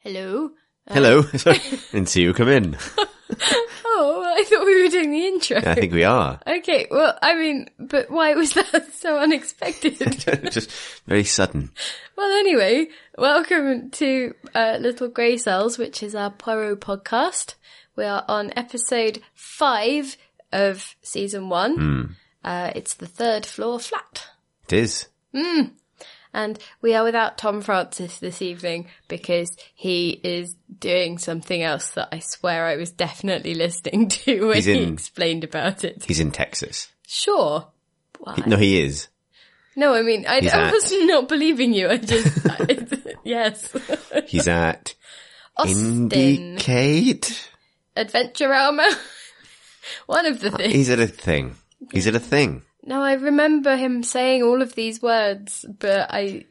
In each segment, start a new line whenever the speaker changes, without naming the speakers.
Hello.
Hello. Sorry. and see you come in.
Oh, I thought we were doing the intro.
I think we are.
Okay, well, I mean, but why was that so unexpected?
Just very sudden.
well, anyway, welcome to uh, Little Grey Cells, which is our Poirot podcast. We are on episode five of season one.
Hmm.
Uh, it's the third floor flat.
It is.
And we are without Tom Francis this evening because he is doing something else that I swear I was definitely listening to when
He's
he
in-
explained about it.
He's in Texas.
Sure.
He- no, he is.
No, I mean, I,
He's
I
at-
was not believing you. I just, I- yes.
He's at
Austin.
Indicate.
Adventurama. One of the things.
He's at a thing. He's at a thing.
No, I remember him saying all of these words, but I,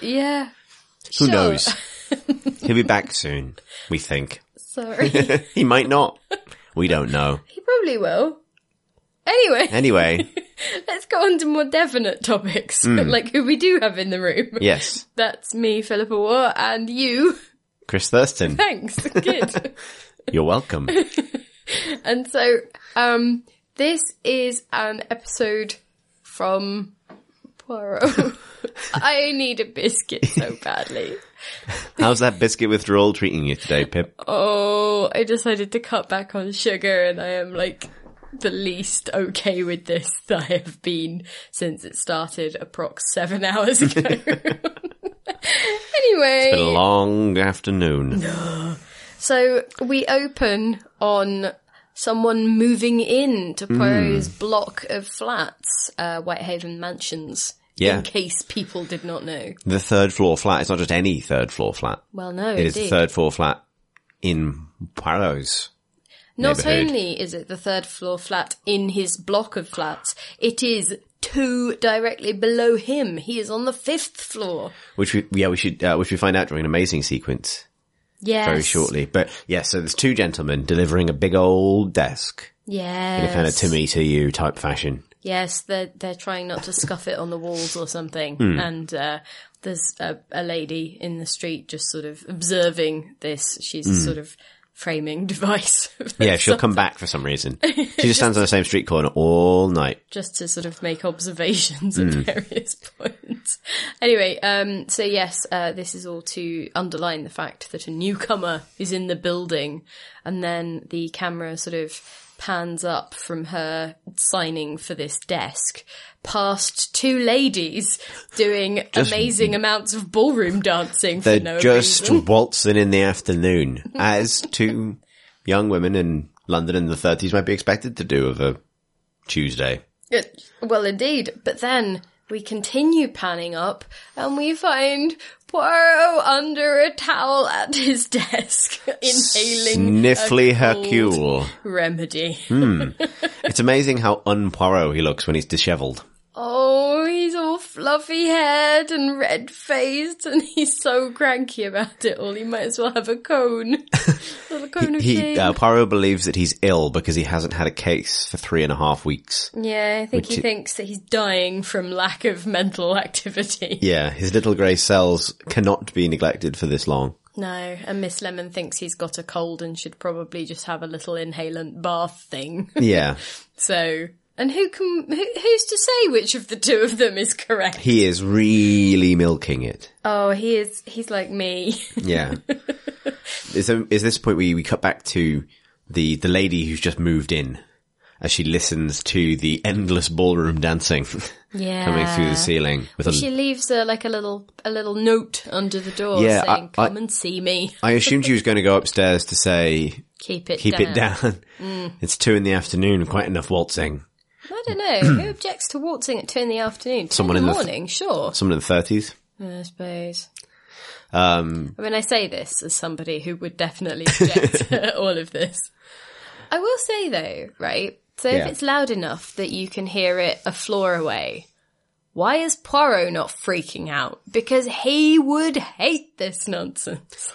yeah,
Who
Sure.
knows? He'll be back soon, we think.
sorry.
he might not. We don't know.
he probably will. Anyway,
Eh? Anyway,
let's go on to more definite topics,
Hmm.
like who we do have in the room.
yes.
That's me, Philippa War, and you.
Chris Thurston,
Thanks. Good.
you're welcome.
And so, um, this is an episode from Poirot. I need a biscuit so badly.
How's that biscuit withdrawal treating you today, Pip?
Oh, I decided to cut back on sugar and I am like the least okay with this that I have been since it started approx seven hours ago. anyway.
A long afternoon.
So we open on someone moving in to
Hmm.
Poirot's block of flats, uh, Whitehaven Mansions.
Yeah.
In case people did not know.
The third floor flat is not just any third floor flat.
Well, no,
It is
indeed.
the third floor flat in Poirot's.
not
neighbourhood.
only is it the third floor flat in his block of flats, it is two directly below him. He is on the fifth floor.
Which we, yeah, we should, uh, which we find out during an amazing sequence
Yes.
very shortly. But yeah, so there's two gentlemen delivering a big old desk
Yes.
in a kind of to me to you type fashion.
Yes, they're they're trying not to scuff it on the walls or something,
Hmm.
and uh, there's a, a lady in the street just sort of observing this. She's a sort of framing device,
Hmm. Yeah, she'll come back for some reason. She just stands on the same street corner all night.
just to sort of make observations
Hmm.
at various points. Anyway, um, so yes, uh, this is all to underline the fact that a newcomer is in the building, and then the camera sort of pans up from her signing for this desk past two ladies doing amazing amounts of ballroom dancing for
They're
no
just
reason.
waltzing in the afternoon as two young women in London in the 30s might be expected to do of a Tuesday.
Uh, Well, indeed. But then we continue panning up and we find Poirot under a towel at his desk, inhaling a
Sniffly Hmm?
cold
Hercule.
remedy.
It's amazing how un-Poirot he looks when he's disheveled.
Oh, he's all fluffy haired and red faced, and he's so cranky about it all. He might as well have a cone. Little cone of
He,
shame.
uh, Poirot believes that he's ill because he hasn't had a case for three and a half weeks.
yeah, I think he thinks that he's dying from lack of mental activity.
Yeah, his little grey cells cannot be neglected for this long.
No, and Miss Lemon thinks he's got a cold and should probably just have a little inhalant bath thing.
Yeah,
so, and who can, who, who's to say which of the two of them is correct?
he is really milking it.
Oh, he is, he's like me.
Yeah. is, there, is this point where we cut back to the, the lady who's just moved in as she listens to the endless ballroom dancing
Yeah.
coming through the ceiling with a
Uh, She leaves a, like a little, a little note under the door
Yeah, I-
saying, come and see me.
I assumed she was going to go upstairs to say,
Keep it
keep
down. Mm.
it down. It's two in the afternoon, quite enough waltzing.
I don't know. who objects to waltzing at two in the afternoon? Two
Someone
in the
in the f-
morning, sure.
Someone in the 30s.
I suppose.
Um,
I mean, I say this as somebody who would definitely object to all of this. I will say though, right? So
Yeah.
if it's loud enough that you can hear it a floor away, why is Poirot not freaking out? Because he would hate this nonsense.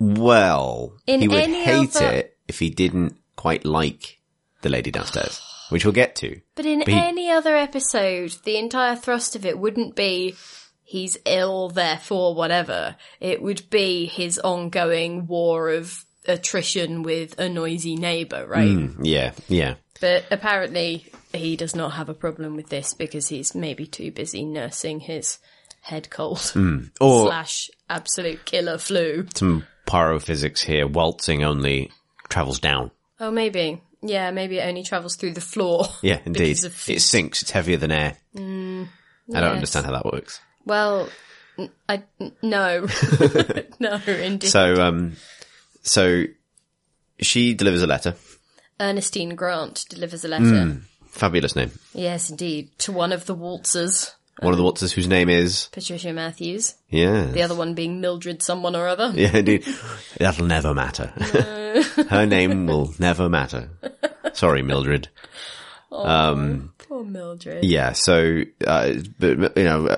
Well,
In
he would
any
hate
other-
it if he didn't quite like the lady downstairs, which we'll get to.
But in any other episode, the entire thrust of it wouldn't be he's ill, therefore whatever. It would be his ongoing war of attrition with a noisy neighbor, right?
Yeah, yeah.
But apparently he does not have a problem with this because he's maybe too busy nursing his head cold
Mm. Or
slash absolute killer flu.
some pyrophysics here. Waltzing only travels down.
Oh, maybe. Yeah, maybe it only travels through the floor.
Yeah, indeed.
Because of- Mm,
It sinks. It's heavier than air. I don't
yes.
understand how that works.
Well, n- I n- no, no, indeed.
So, um, so she delivers a letter.
Ernestine Grant delivers a letter.
Mm. Fabulous name.
Yes, indeed, to one of the waltzers,
One of
Uh-huh.
the waltzers whose name is
Patricia Matthews.
yeah.
The other one being Mildred, someone or other.
Yeah, indeed. That'll never matter. Her name will never matter. Sorry, Mildred.
Poor Mildred.
Yeah, so, uh, but, you know, uh,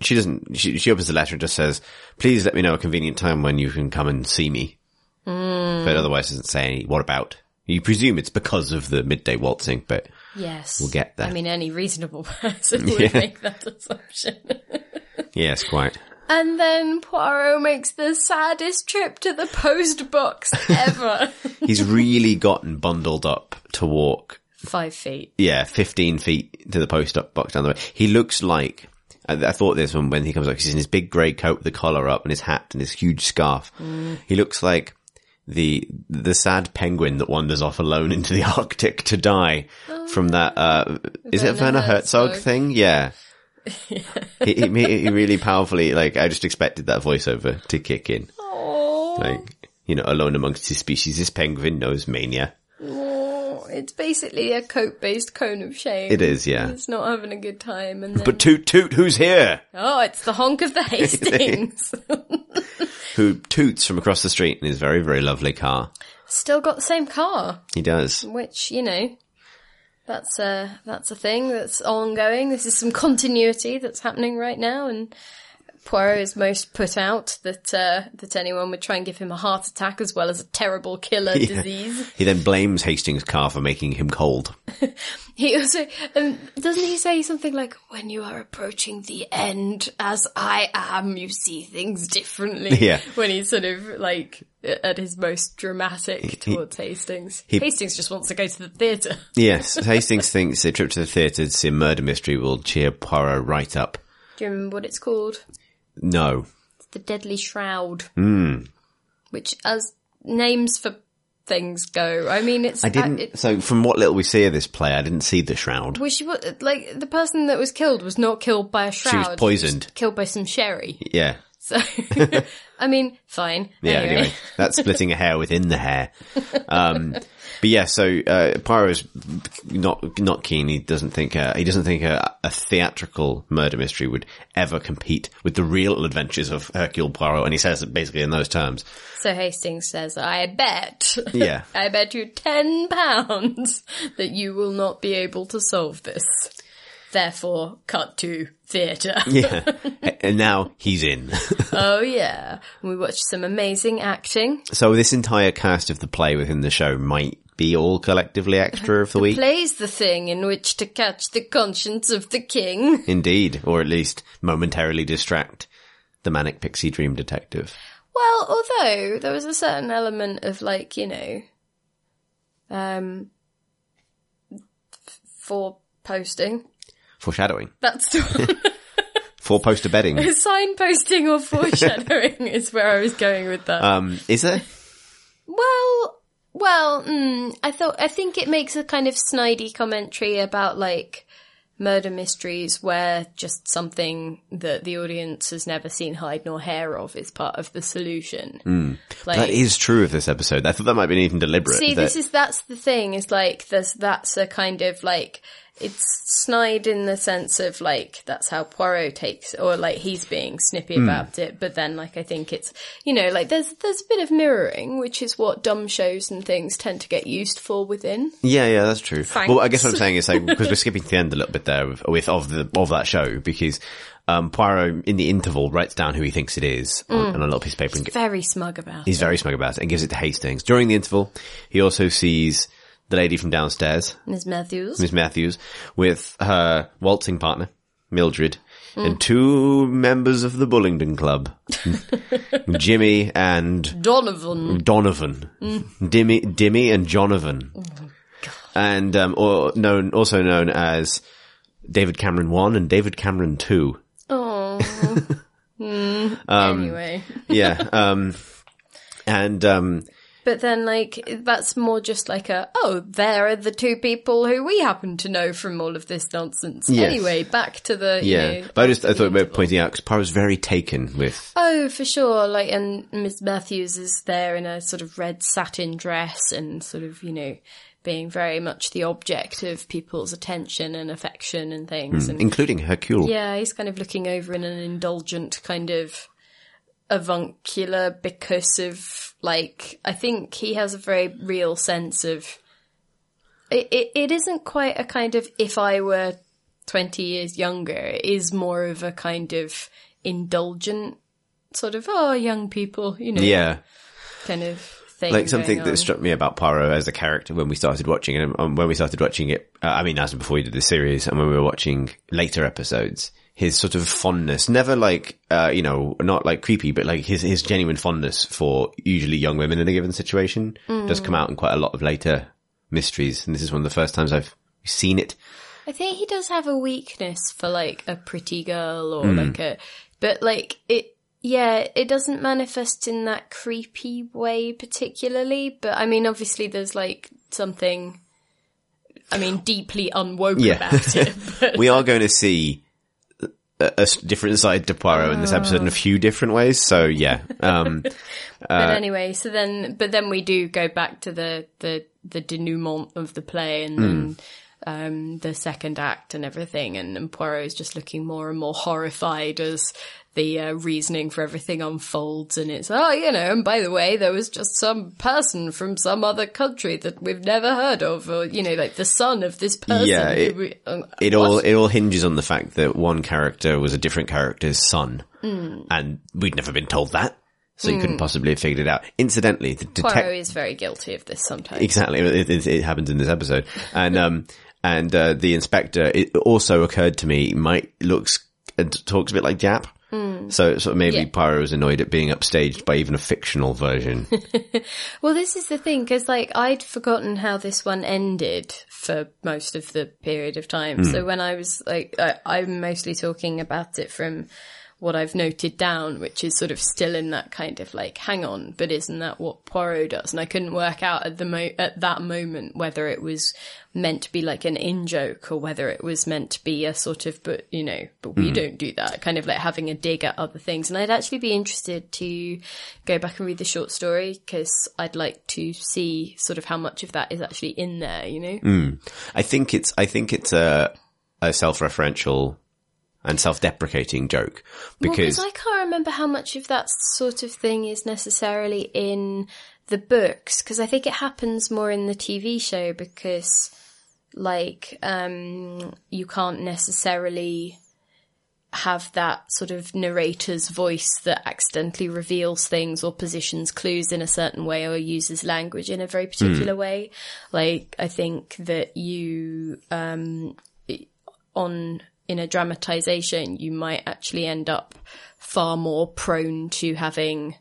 she doesn't, she, she opens the letter and just says, please let me know a convenient time when you can come and see me. But otherwise doesn't say any, what about. You presume it's because of the midday waltzing, but
Yes,
We'll get there.
I mean, any reasonable person would
Yeah.
make that assumption.
yes, quite.
And then Poirot makes the saddest trip to the post box ever.
He's really gotten bundled up to walk
Five feet.
yeah, 15 feet to the post up box down the way. He looks like, I, I thought this one when he comes up, 'cause he's in his big grey coat with the collar up and his hat and his huge scarf. He looks like the, the sad penguin that wanders off alone into the Arctic to die from that, uh, is it
Werner
Werner Herzog,
Herzog.
thing? Yeah. he, he, he really powerfully, like, I just expected that voiceover to kick in.
Oh,
Like, you know, alone amongst his species, this penguin knows mania.
oh, it's basically a coat-based cone of shame.
It is, yeah.
It's not having a good time, and then
But toot toot, who's here?
oh, it's the honk of the Hastings.
who toots from across the street in his very, very lovely car.
Still got the same car,
He does.
which you know, that's a that's a thing that's ongoing. This is some continuity that's happening right now, and Poirot is most put out that uh, that anyone would try and give him a heart attack as well as a terrible killer disease.
He then blames Hastings' car for making him cold.
He also um, doesn't he say something like, "When you are approaching the end, as I am, you see things differently."
Yeah.
When he's sort of like at his most dramatic towards Hastings. Hastings just wants to go to the theatre.
Yes, Hastings thinks a trip to the theatre to see a murder mystery will cheer Poirot right up.
Do you remember what it's called?
No.
It's the Deadly Shroud.
Hmm.
Which, as names for things go, I mean, it's
I didn't.
Uh, it-
so, from what little we see of this play, I didn't see the shroud.
was she wa- like the person that was killed was not killed by a shroud?
She was poisoned.
Killed by some sherry.
Yeah.
So, I mean, fine.
Yeah, anyway. that's splitting a hair within the hair. Um, but yeah, so uh, Poirot's not not keen. He doesn't think uh, he doesn't think a, a theatrical murder mystery would ever compete with the real adventures of Hercule Poirot, and he says it basically in those terms.
So Hastings says, I bet,
Yeah,
I bet you ten pounds that you will not be able to solve this. Therefore, cut to theatre.
yeah, and now he's in.
oh yeah. And we watched some amazing acting.
so this entire cast of the play within the show might be all collectively extra of the week,
Plays the thing in which to catch the conscience of the king.
indeed, or at least momentarily distract the manic pixie dream detective.
Well, although there was a certain element of like, you know, um, f- for posting.
Foreshadowing,
That's the one.
four poster bedding.
Signposting or foreshadowing is where I was going with that.
Um, is there?
well, well, mm, I thought I think it makes a kind of snidey commentary about like murder mysteries where just something that the audience has never seen hide nor hair of is part of the solution. Like,
That is true of this episode. I thought that might be even deliberate.
See,
that-
this is that's the thing. Is like there's that's a kind of like it's snide in the sense of like that's how Poirot takes, or like he's being snippy
Hmm.
about it. But then, like I think it's you know like there's there's a bit of mirroring, which is what dumb shows and things tend to get used for within.
yeah, yeah, that's true.
Thanks.
Well, I guess what I'm saying is like because we're skipping to the end a little bit there with, with of the of that show because um, Poirot in the interval writes down who he thinks it is
Mm.
on, on a little piece of paper. And, g-
Very smug about.
he's very smug about it and gives it to Hastings. During the interval, he also sees the lady from downstairs,
Ms. Matthews.
Miss Matthews, with her waltzing partner Mildred.
Mm.
and two members of the Bullingdon Club, Jimmy and
Donovan.
Donovan, Dimmy, Dimmy and Jonovan, and um, or known also known as David Cameron One and David Cameron Two.
Oh.
Um,
anyway.
Yeah, um, and um,
But then, like, that's more just like a, oh, there are the two people who we happen to know from all of this nonsense.
Yes.
Anyway, back to the, you
yeah,
know,
but I just I thought about pointing out because was very taken with
oh, for sure. Like, and Miss Matthews is there in a sort of red satin dress and sort of, you know, being very much the object of people's attention and affection and things. And
including Hercule.
Um, yeah, he's kind of looking over in an indulgent kind of avuncular because of like I think he has a very real sense of it, it, it isn't quite a kind of if I were 20 years younger it is more of a kind of indulgent sort of oh young people you know
yeah.
kind of thing
like something
going on.
that struck me about Poirot as a character when we started watching it. And when we started watching it, uh, I mean, as before we did the series, and when we were watching later episodes, his sort of fondness, never like, uh, you know, not like creepy, but like his, his genuine fondness for usually young women in a given situation does
Mm.
come out in quite a lot of later mysteries. And this is one of the first times I've seen it.
I think he does have a weakness for like a pretty girl or like a, but like it, yeah, it doesn't manifest in that creepy way particularly. But I mean, obviously, there's like something, I mean, deeply unwoke
Yeah.
about it. But
we are going to see a, a s- different side to Poirot in this episode in a few different ways. So yeah, um,
but anyway, so then, but then we do go back to the the the denouement of the play and
Mm.
then, um, the second act and everything, and, and Poirot is just looking more and more horrified as the uh, reasoning for everything unfolds, and it's oh, you know, and by the way, there was just some person from some other country that we've never heard of, or you know, like the son of this person.
Yeah,
who
it-
we- uh,
it
what?
all it all hinges on the fact that one character was a different character's son,
Hmm.
and we'd never been told that, so you couldn't possibly have figured it out. Incidentally, the
Poirot
detective
is very guilty of this sometimes.
exactly it, it, it happens in this episode, and um and uh, the inspector it also occurred to me might looks and talks a bit like Jap. So, so maybe
Hmm. Yeah.
Pyro was annoyed at being upstaged by even a fictional version.
Well, this is the thing because like I'd forgotten how this one ended for most of the period of time. So when I was like, I, I'm mostly talking about it from what I've noted down, which is sort of still in that kind of like, hang on, but isn't that what Poirot does? And I couldn't work out at the mo- at that moment whether it was meant to be like an in joke or whether it was meant to be a sort of, but you know, but we don't do that kind of like having a dig at other things. And I'd actually be interested to go back and read the short story because I'd like to see sort of how much of that is actually in there, you know?
I think it's I think it's a a self-referential and self-deprecating joke because
because I can't remember how much of that sort of thing is necessarily in the books because I think it happens more in the TV show because like um you can't necessarily have that sort of narrator's voice that accidentally reveals things or positions clues in a certain way or uses language in a very particular way like i think that you on in a dramatization, you might actually end up far more prone to having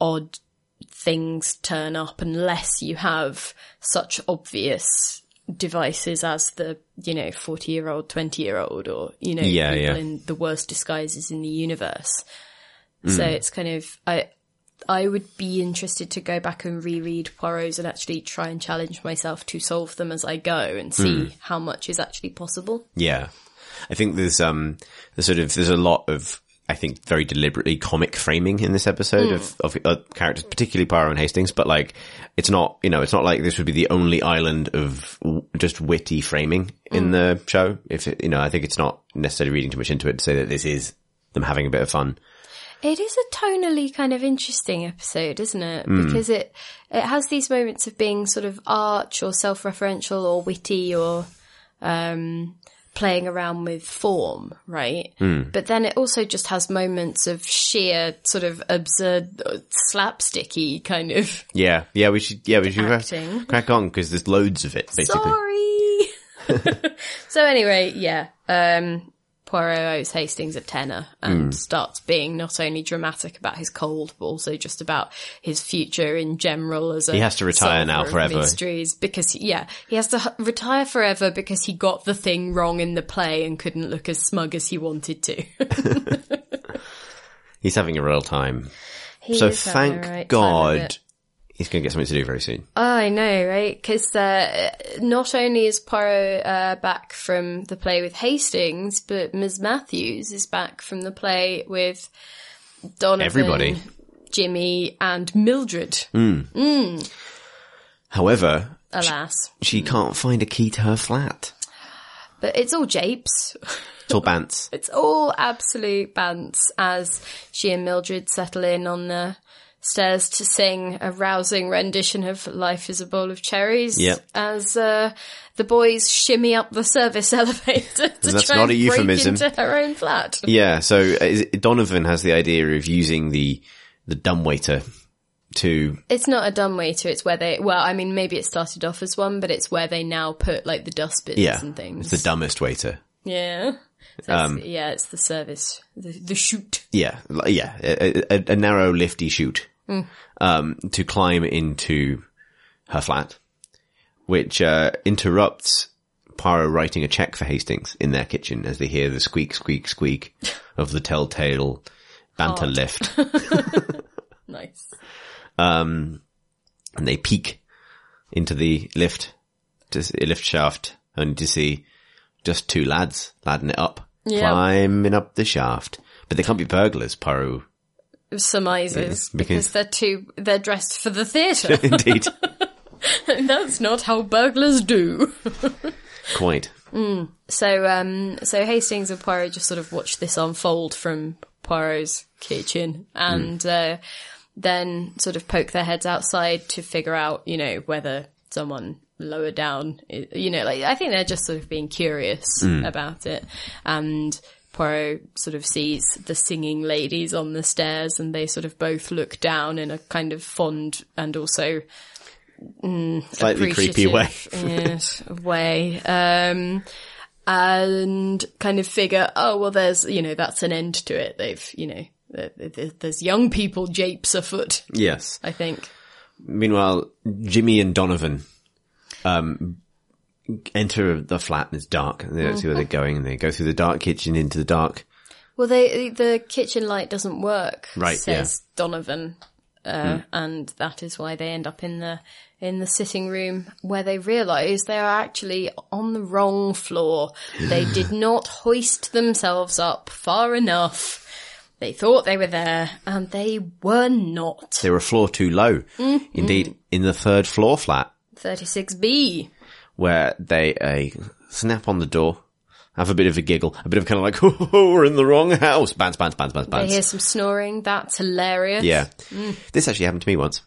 odd things turn up unless you have such obvious devices as the, you know, 40 year old, 20 year old, or, you know,
Yeah,
people
yeah.
in the worst disguises in the universe.
Mm.
So it's kind of, I, I would be interested to go back and reread Poirot's and actually try and challenge myself to solve them as I go and see
Mm.
how much is actually possible.
yeah, I think there's um there's sort of there's a lot of I think very deliberately comic framing in this episode
Hmm.
of of uh, characters, particularly Pyro and Hastings. But like, it's not you know it's not like this would be the only island of w- just witty framing in
Hmm.
the show. If it, you know, I think it's not necessarily reading too much into it to say that this is them having a bit of fun.
It is a tonally kind of interesting episode, isn't it? Because it it has these moments of being sort of arch or self-referential or witty or um, playing around with form, right? But then it also just has moments of sheer sort of absurd, uh, slapsticky kind of.
Yeah, yeah, we should yeah we should crack-
Acting.
crack on because there's loads of it basically.
Sorry. so anyway, yeah. Um, Poirot owes Hastings a tenner
Hmm.
and starts being not only dramatic about his cold, but also just about his future in general as a
He has to retire now
solver of
forever.
mysteries because yeah, he has to h- retire forever because he got the thing wrong in the play and couldn't look as smug as he wanted to.
He's having a real time.
He
so
is having a right
thank
time of it.
God he's going to get something to do very soon.
Oh, I know, right? Because uh, not only is Poirot uh, back from the play with Hastings, but Ms. Matthews is back from the play with Donovan,
Everybody.
Jimmy, and Mildred.
However,
Alas,
she can't find a key to her flat.
but it's all japes.
It's all bants.
It's all absolute bants as she and Mildred settle in on the stairs to sing a rousing rendition of Life is a Bowl of Cherries
Yep.
as uh, the boys shimmy up the service elevator to
That's
try
not
and
a euphemism.
break into her own flat.
Yeah, so uh, is it- Donovan has the idea of using the the dumbwaiter to
It's not a dumb waiter, it's where they, well, I mean, maybe it started off as one, but it's where they now put like the dustbins
yeah, Um,
and things.
it's the dumbest waiter.
yeah. So it's- yeah, it's the service, the, the chute.
Yeah, li- yeah, a, a- a narrow, lifty chute um, to climb into her flat, which uh, interrupts Poirot writing a check for Hastings in their kitchen as they hear the squeak, squeak, squeak of the telltale banter lift,
Nice.
and they peek into the lift, to s- lift shaft, only to see just two lads ladding it up,
Yeah.
climbing up the shaft. But they can't be burglars, Poirot.
surmises
Yeah,
because
because-
they're too they're dressed for the theatre.
Indeed,
That's not how burglars do.
quite.
So um so Hastings and Poirot just sort of watch this unfold from Poirot's kitchen and uh then sort of poke their heads outside to figure out, you know, whether someone lower down, i- you know, like I think they're just sort of being curious about it. And Poirot sort of sees the singing ladies on the stairs and they sort of both look down in a kind of fond and also
Slightly creepy way.
appreciative, yes, way. Um, and kind of figure, oh, well, there's, you know, that's an end to it. They've, you know, there- there- there's young people japes afoot,
Yes.
I think.
Meanwhile, Jimmy and Donovan um, enter the flat and it's dark and they don't see where they're going and they go through the dark kitchen into the dark.
Well, they, the kitchen light doesn't work,
Right, Hmm.
says Donovan. Uh, And that is why they end up in the in the sitting room where they realise they are actually on the wrong floor. They did not hoist themselves up far enough. They thought they were there, and they were not.
They're a floor too low.
Mm-hmm.
Indeed, in the third floor flat
Thirty six B.
where they uh, snap on the door, have a bit of a giggle, a bit of kind of like, oh, we're in the wrong house. Bounce, bounce, bounce, bounce,
I
bounce.
hear some snoring. That's hilarious.
Yeah. This actually happened to me once.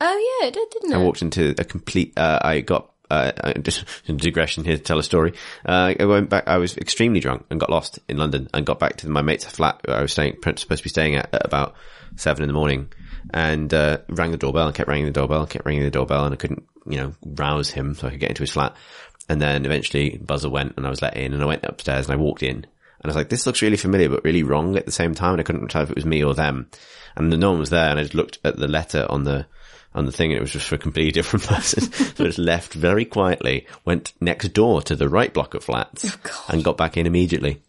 Oh yeah, it did, didn't it?
I walked into a complete. Uh, I got uh, I- just a digression here to tell a story. Uh, I went back. I was extremely drunk and got lost in London and got back to my mate's flat where I was staying supposed to be staying at, at about seven in the morning, and uh, rang the doorbell and kept ringing the doorbell and kept ringing the doorbell and I couldn't you know rouse him so I could get into his flat. And then eventually buzzer went and I was let in and I went upstairs and I walked in and I was like, this looks really familiar, but really wrong at the same time. And I couldn't tell if it was me or them. And no one was there. And I just looked at the letter on the, on the thing and it was just for a completely different person. so I just left very quietly, went next door to the right block of flats and got back in immediately.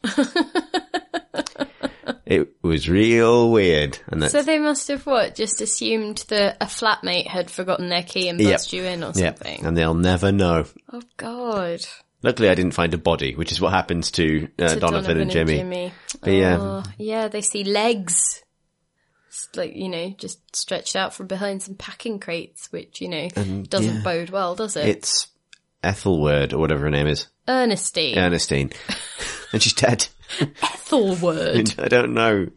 it was real weird. And that's,
So they must have what? Just assumed that a flatmate had forgotten their key and
Yep.
buzzed you in or
yeah.
something.
And they'll never know.
Oh God.
Luckily I didn't find a body, which is what happens to, uh,
To
Donovan, and Jimmy. But yeah.
Oh, yeah, they see legs. It's like, you know, just stretched out from behind some packing crates, which, you know, doesn't
yeah.
bode well, does it?
It's Ethelward or whatever her name is.
Ernestine.
Ernestine. and she's dead.
Ethelward.
I don't know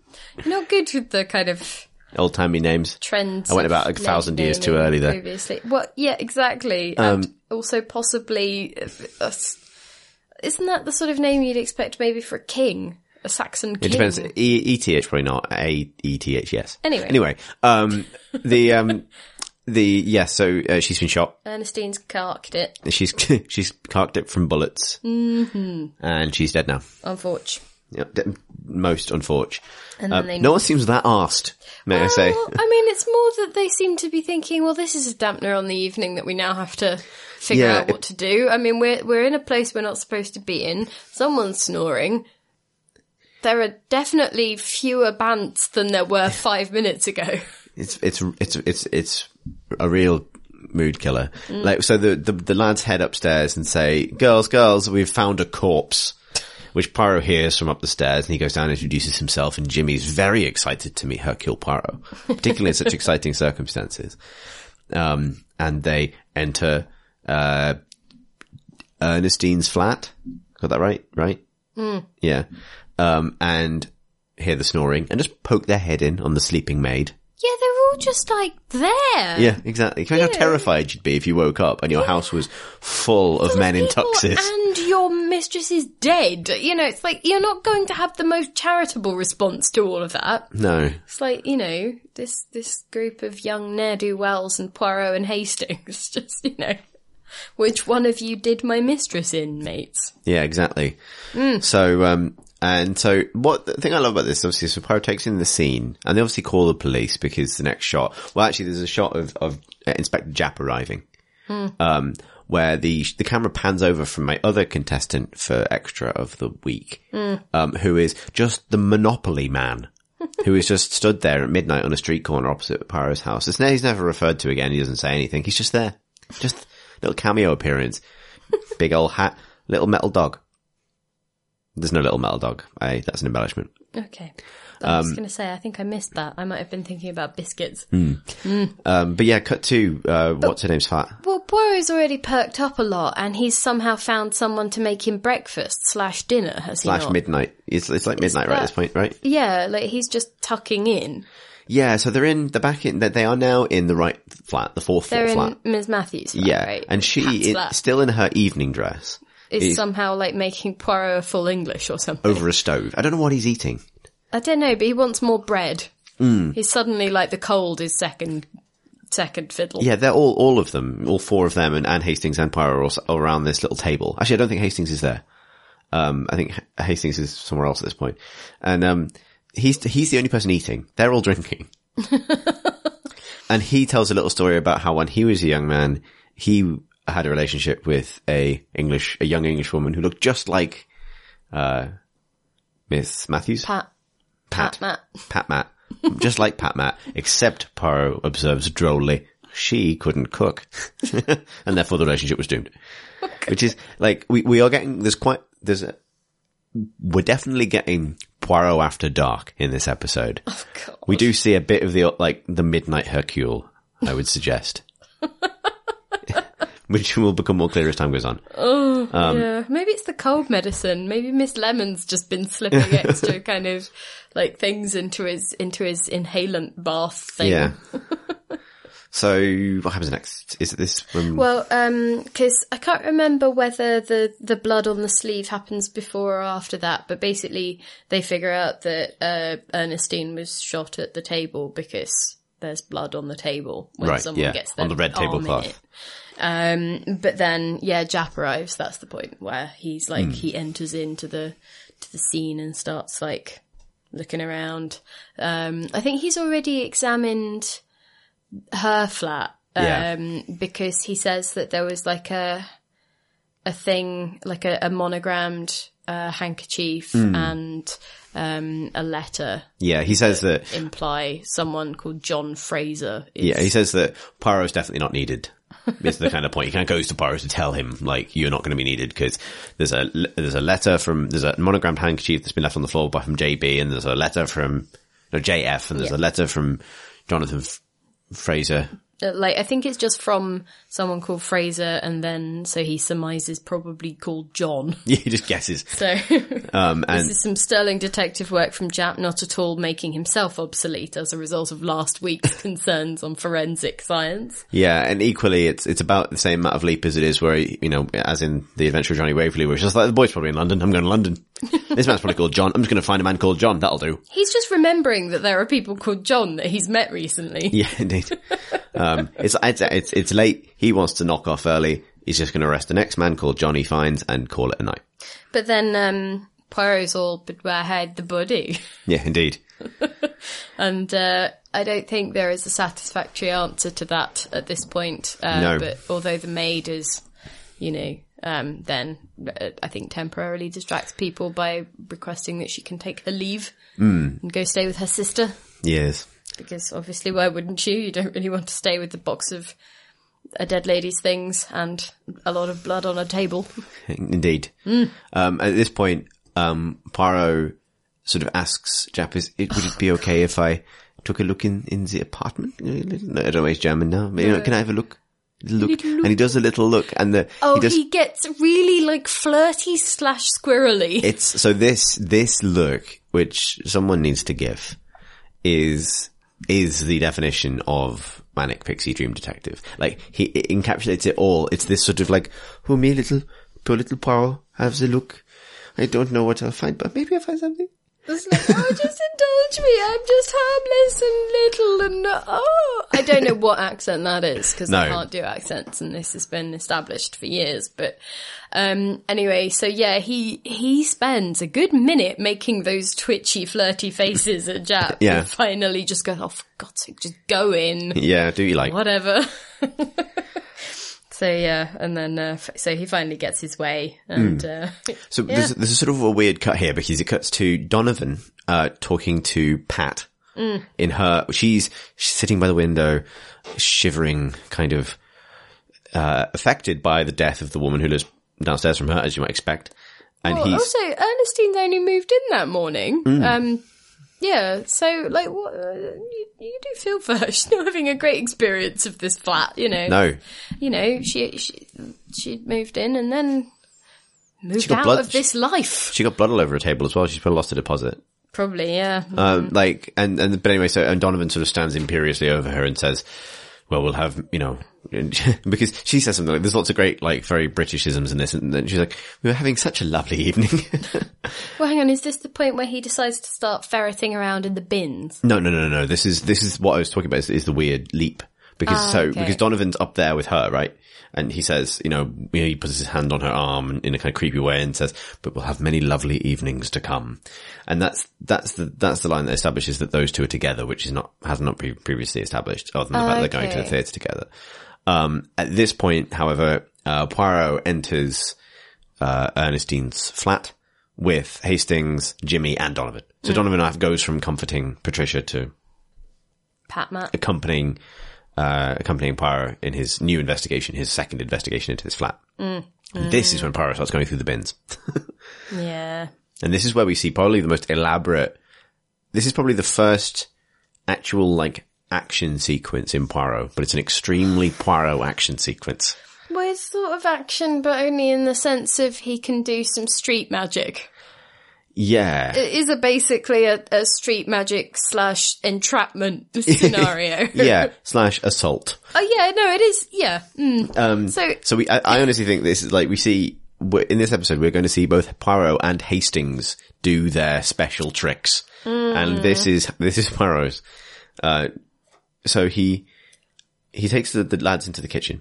Not good with the kind of
old timey names.
trends.
I went
of
about a thousand years too
naming
early there. Um,
Previously. Well, yeah, exactly. and also possibly, uh, us- isn't that the sort of name you'd expect maybe for a king? A Saxon king?
It depends. E- ETH probably not. A ETH E yes.
Anyway.
Anyway, um, the um, The yeah, so uh, she's been shot.
Ernestine's carked it,
She's she's carked it from bullets, mm-hmm. and she's dead now.
unfortunately.
Yeah, de- most unfortunate.
And then
Um,
they- Oh,
no one seems that arsed, may I say.
Well, I mean, it's more that they seem to be thinking, well, this is a dampener on the evening that we now have to figure
Yeah,
out what to do. I mean, we're we're in a place we're not supposed to be in. Someone's snoring. There are definitely fewer bants than there were five minutes ago.
It's it's it's it's it's a real mood killer. Like so, the, the the lads head upstairs and say, "Girls, girls, we've found a corpse." Which Pyro hears from up the stairs, and he goes down and introduces himself. And Jimmy's very excited to meet Hercule Poirot, particularly in such exciting circumstances. Um, and they enter uh, Ernestine's flat. Got that right? Right? Yeah. Um, and hear the snoring, and just poke their head in on the sleeping maid.
Yeah, they're all just like there.
Yeah, exactly. Can you imagine how terrified you'd be if you woke up and your house was full of men in
People
tuxes?
And your mistress is dead. You know, it's like you're not going to have the most charitable response to all of that.
No.
It's like you know this this group of young ne'er do wells and Poirot and Hastings. Just you know, which one of you did my mistress in, mates?
Yeah, exactly. So, um, and so what the thing I love about this, obviously, is Poirot takes in the scene and they obviously call the police because the next shot, well, actually, there's a shot of, of uh, Inspector Japp arriving. Um, where the the camera pans over from my other contestant for extra of the week, um, who is just the Monopoly man, who is just stood there at midnight on a street corner opposite Pyro's house. It's, ne- he's never referred to again. He doesn't say anything. He's just there, just little cameo appearance, big old hat, little metal dog. There's no little metal dog. I, that's an embellishment.
Okay, I was going to say I think I missed that. I might have been thinking about biscuits.
Um, but yeah, cut to
Oh.
uh, what's her name's fat.
Well, Poirot's already perked up a lot, and he's somehow found someone to make him breakfast slash dinner. Has he
Slash
not?
midnight. It's, it's like midnight right at this
that-
point, right?
yeah, like he's just tucking in.
Yeah, so they're in the back in that they are now in the right flat, the fourth
They're
floor
in
flat.
Ms. Matthews. flat,
Yeah,
right?
and she
Pat's
is
flat.
still in her evening dress
is somehow like making Poirot a full English or something.
over a stove. I don't know what he's eating.
I don't know, but he wants more bread.
Hmm.
He's suddenly like the cold is second second fiddle.
Yeah, they're all all of them, all four of them, and, and Hastings and Pyro are all around this little table. Actually, I don't think Hastings is there. Um, I think Ha- Hastings is somewhere else at this point, and um, he's he's the only person eating. They're all drinking, and he tells a little story about how when he was a young man, he had a relationship with a English a young English woman who looked just like uh, Miss Matthews,
Pat,
Pat.
Pat, Matt.
Pat Matt, just like Pat Matt, except Poirot observes drolly, she couldn't cook, and therefore the relationship was doomed. Which is like we we are getting there's quite there's a, we're definitely getting Poirot after dark in this episode.
Oh, God.
We do see a bit of the like the midnight Hercule, I would suggest, which will become more clear as time goes on. Um.
yeah, maybe it's the cold medicine. Maybe Miss Lemon's just been slipping extra kind of like things into his into his inhalant bath thing.
Yeah. So what happens next? Is it this when
Well, um 'cause because I can't remember whether the, the blood on the sleeve happens before or after that, but basically they figure out that uh, Ernestine was shot at the table because there's blood on the table when
Right,
someone
yeah,
gets their
on the red
arm in
tablecloth.
it. Um, but then, yeah, Jap arrives. That's the point where he's like he enters into the to the scene and starts like looking around. Um, I think he's already examined her flat um,
Yeah.
because he says that there was like a a thing like a, a monogrammed uh, handkerchief and um, a letter
yeah, he says that
imply someone called John Fraser. Is,
Yeah, he says that Pyro's definitely not needed. It's the kind of point he kind of goes to Pyro to tell him like you're not going to be needed because there's a there's a letter from there's a monogrammed handkerchief that's been left on the floor by from JB and there's a letter from no JF and there's a letter from Jonathan F- Fraser.
Uh, like I think it's just from someone called Fraser, and then so he surmises probably called John.
Yeah, he just guesses.
So
Um, and
this is some sterling detective work from Jap, not at all making himself obsolete as a result of last week's concerns on forensic science.
Yeah, and equally, it's it's about the same amount of leap as it is where you know, as in the Adventure of Johnny Waverly, where it's just like the boy's probably in London. I'm going to London. this man's probably called John. I'm just going to find a man called John. That'll do.
He's just remembering that there are people called John that he's met recently.
Yeah, indeed. Um, it's, it's, it's, it's late. He wants to knock off early. He's just going to arrest the next man called Johnny Fines and call it a night.
But then um, Poirot's all, but where hide the body?
Yeah, indeed.
And uh, I don't think there is a satisfactory answer to that at this point. Uh,
No.
But although the maid is, you know, um, then uh, I think temporarily distracts people by requesting that she can take her leave and go stay with her sister.
Yes.
Because obviously, why wouldn't you? You don't really want to stay with the box of a dead lady's things and a lot of blood on a table.
Indeed. Um, at this point, um, Poirot sort of asks Jap, is, it, would it be okay if I took a look in, in the apartment? No, I don't know, he's German now. But, you know, can I have a look? Look.
Little look.
And he does a little look and the,
Oh,
he
he,
does,
gets really like flirty slash squirrely.
it's, so this, this look, which someone needs to give is, is the definition of manic pixie dream detective. Like he it encapsulates it all. It's this sort of like, oh, me little, poor little Poirot, have the look. I don't know what I'll find, but maybe I'll find something.
It's like, oh, just indulge me. I'm just harmless and little and oh. I don't know what accent that is because I
No.
can't do accents and this has been established for years. But, um, anyway, so yeah, he, he spends a good minute making those twitchy, flirty faces at Jap.
Yeah.
And finally just goes, oh, for God's sake, just go in.
Yeah, do you like?
Whatever. so yeah, and then, uh, f- so he finally gets his way and,
Hmm.
uh,
So there's, there's a sort of a weird cut here because it cuts to Donovan uh, talking to Pat in her. She's, she's sitting by the window, shivering, kind of uh, affected by the death of the woman who lives downstairs from her, as you might expect. And
Well,
he's
also, Ernestine's only moved in that morning.
Mm.
Um, yeah, so like, what uh, you, you do feel for her? She's not having a great experience of this flat, you know.
no,
you know, she she she moved in and then moved
got
out
blood-
of this life.
she got blood all over her table as well. She's probably lost a deposit.
Probably, yeah.
Um, like, and, and, but anyway, so, and Donovan sort of stands imperiously over her and says, well, we'll have, you know, because she says something like, there's lots of great, like, very Britishisms in this. And then she's like, we were having such a lovely evening.
well, hang on, is this the point where he decides to start ferreting around in the bins?
no, no, no, no, no. This is, this is what I was talking about is, is the weird leap. Because so,
okay.
because Donovan's up there with her, right? And he says, you know, you know, he puts his hand on her arm in a kind of creepy way and says, but we'll have many lovely evenings to come. And that's, that's the, that's the line that establishes that those two are together, which is not, has not been previously established other than the fact they're going to the
Okay.
theatre together. Um, at this point, however, uh, Poirot enters, uh, Ernestine's flat with Hastings, Jimmy, and Donovan. So Donovan goes from comforting Patricia to
Pat Matt.
accompanying, uh, accompanying Poirot in his new investigation, his second investigation into his flat. And This is when Poirot starts going through the bins.
Yeah.
And this is where we see probably the most elaborate. This is probably the first actual like action sequence in Poirot, but it's an extremely Poirot action sequence.
Well, it's sort of action, but only in the sense of he can do some street magic.
Yeah.
It is a basically a, a street magic slash entrapment scenario.
Yeah. slash assault.
Oh yeah, no, it is. Yeah. Mm. so
So we, I, I honestly think this is like we see we're, in this episode we're going to see both Poirot and Hastings do their special tricks, and this is this is Poirot's. Uh, so he he takes the, the lads into the kitchen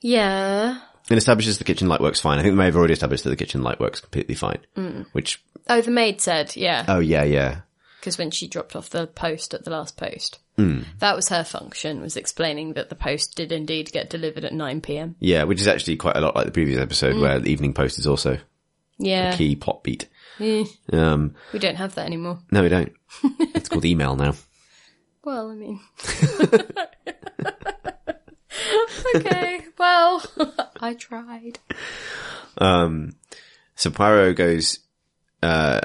yeah.
and establishes the kitchen light works fine. I think they may have already established that the kitchen light works completely fine. Which
Oh, the maid said yeah
oh yeah yeah
because when she dropped off the post at the last post, that was her function was explaining that the post did indeed get delivered at nine p.m.
yeah, which is actually quite a lot like the previous episode where the Evening Post is also
Yeah,
key plot beat. Um,
we don't have that anymore.
no, we don't. it's called email now.
Well, I mean. okay, well, I tried.
So Poirot goes, uh,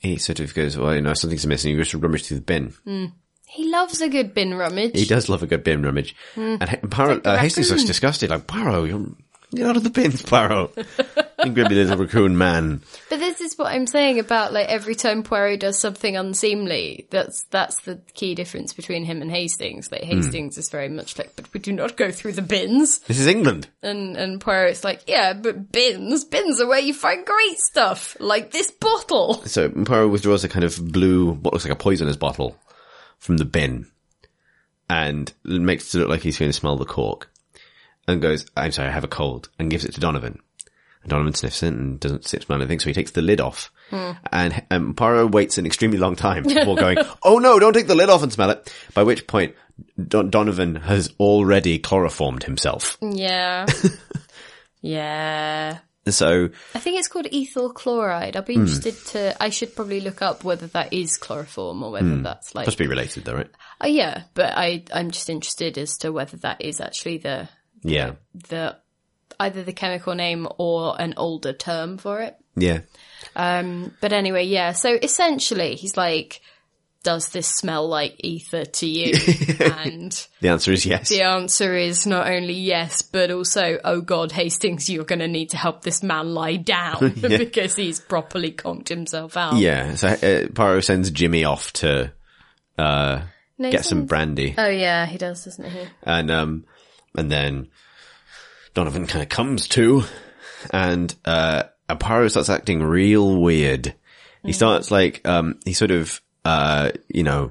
he sort of goes, well, you know, something's amiss and he goes to rummage through the bin.
He loves a good bin rummage.
He does love a good bin rummage. And Ha- Poirot, uh, Hastings looks disgusted, like, Poirot, you're, you're out of the bins, Poirot. you grubby little raccoon man.
But this is what I'm saying about like every time Poirot does something unseemly. That's that's the key difference between him and Hastings.
Hmm.
Like Hastings is very much like, but we do not go through the bins,
This is England.
and and Poirot's like, yeah, but bins, bins are where you find great stuff, like this bottle.
So Poirot withdraws a kind of blue, what looks like a poisonous bottle from the bin. and makes it look like he's going to smell the cork and goes, I'm sorry, I have a cold and gives it to Donovan. And Donovan sniffs it and doesn't sit smell anything. So he takes the lid off and, and Poirot waits an extremely long time before going, Oh no, don't take the lid off and smell it. By which point Don- Donovan has already chloroformed himself.
Hmm. Yeah. yeah.
So
I think it's called ethyl chloride. I'll be
Hmm.
interested to. I should probably look up whether that is chloroform or whether that's like.
Hmm. must be related though, right?
Oh yeah, but I I'm just interested as to whether that is actually the
Yeah.
the either the chemical name or an older term for it.
Yeah.
But anyway, yeah. So essentially, he's like, "Does this smell like ether to you?" and
The answer is yes.
the answer is not only yes, but also, "Oh God, Hastings, you're going to need to help this man lie down because he's properly conked himself out."
Yeah. So uh, Poirot sends Jimmy off to uh,
No, he
get some
sends-
brandy,
Oh yeah, he does, doesn't he?
and um, and then Donovan kind of comes to, and uh, and Poirot starts acting real weird. He starts like um, he sort of uh, you know,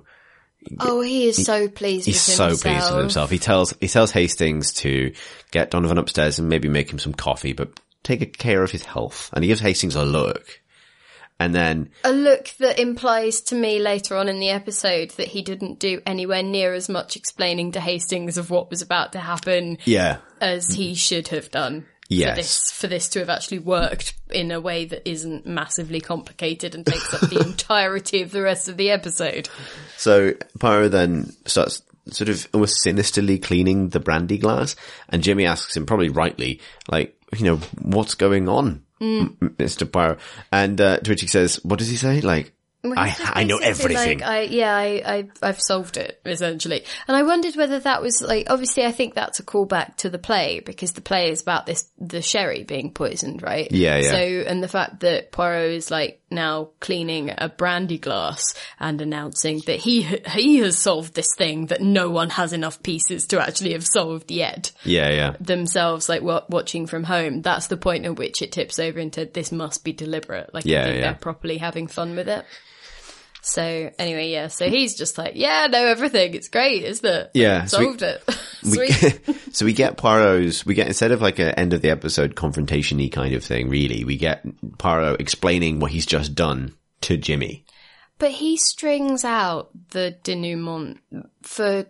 Oh, he is so pleased.
he's
with
so
himself.
pleased with himself. He tells he tells Hastings to get Donovan upstairs and maybe make him some coffee, but take care of his health. And he gives Hastings a look, and then
A look that implies to me later on in the episode that he didn't do anywhere near as much explaining to Hastings of what was about to happen
yeah,
as he should have done.
Yes.
For this, for this to have actually worked in a way that isn't massively complicated and takes up the entirety of the rest of the episode.
So Pyro then starts sort of almost sinisterly cleaning the brandy glass, and Jimmy asks him, probably rightly, like, you know, what's going on,
Mm.
M- Mr. Pyro? And uh, to which he says, what does he say? Like, I, I know
Basically,
everything.
Like, uh, I, yeah, I, I, I've solved it essentially. And I wondered whether that was like, obviously, I think that's a callback to the play because the play is about this the sherry being poisoned, right?
Yeah, yeah.
So, and the fact that Poirot is like now cleaning a brandy glass and announcing that he he has solved this thing that no one has enough pieces to actually have solved yet
yeah, yeah.
themselves like wa- watching from home that's the point at which it tips over into this must be deliberate like
Yeah,
I think
yeah.
they're properly having fun with it so anyway yeah so he's just like yeah I know everything it's great isn't it
Yeah, so we-
solved it
We
sweet
get- so we get Poirot's, we get, instead of like an end of the episode confrontation-y kind of thing, really, we get Poirot explaining what he's just done to Jimmy.
but he strings out the denouement for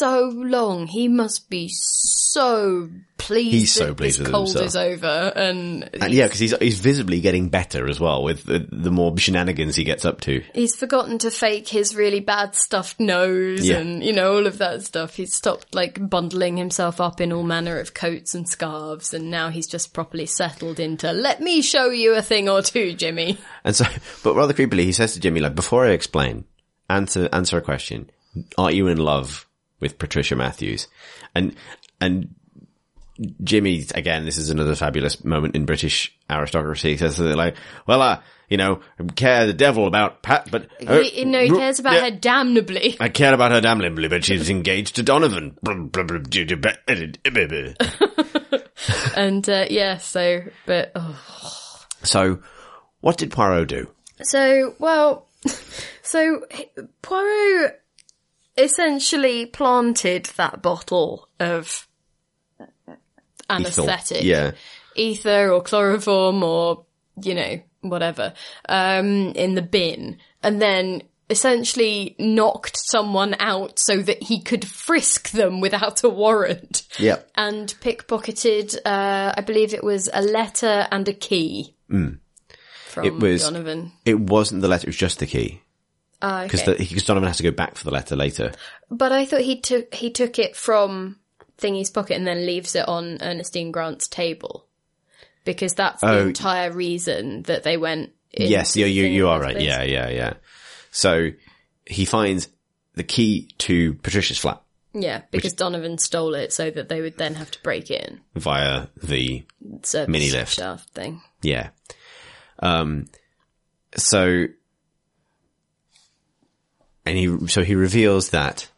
so long he must be so pleased
He's so
that
pleased
this
with
cold
himself.
is over and
And yeah, cause he's, he's visibly getting better as well with the, the more shenanigans he gets up to.
He's forgotten to fake his really bad stuffed nose
Yeah.
and, you know, all of that stuff. He's stopped like bundling himself up in all manner of coats and scarves and now he's just properly settled into, let me show you a thing or two, Jimmy.
And so, but rather creepily, he says to Jimmy, like, before I explain, answer, answer a question. Are you in love with Patricia Matthews? And, and Jimmy, again, this is another fabulous moment in British aristocracy. He says something like, well, uh, you know, I care the devil about Pat, but uh,
he, no, he cares about her
yeah,
damnably.
I care about her damn limbly, but she's engaged to Donovan.
And, uh, yeah, so, but, oh,
so, what did Poirot do?
So, well, so Poirot essentially planted that bottle of anesthetic.
Yeah.
Ether or chloroform or, you know, whatever, um, in the bin. And then essentially knocked someone out so that he could frisk them without a warrant.
Yeah.
And pickpocketed, uh, I believe it was a letter and a key. From
Hmm. It was-
Donovan.
It wasn't the letter, it was just the key.
Ah, okay.
Because because Donovan has to go back for the letter later.
But I thought he took he took it from Thingy's pocket and then leaves it on Ernestine Grant's table because that's the
Oh.
entire reason that they went. in
yes,
to
you you
Thing in
you
the
are
first
right.
place.
Yeah, yeah, yeah. So he finds the key to Patricia's flat
yeah, because Donovan stole it so that they would then have to break in.
via the
Service
Mini lift.
shaft thing.
yeah. Um. So. And he so he reveals that.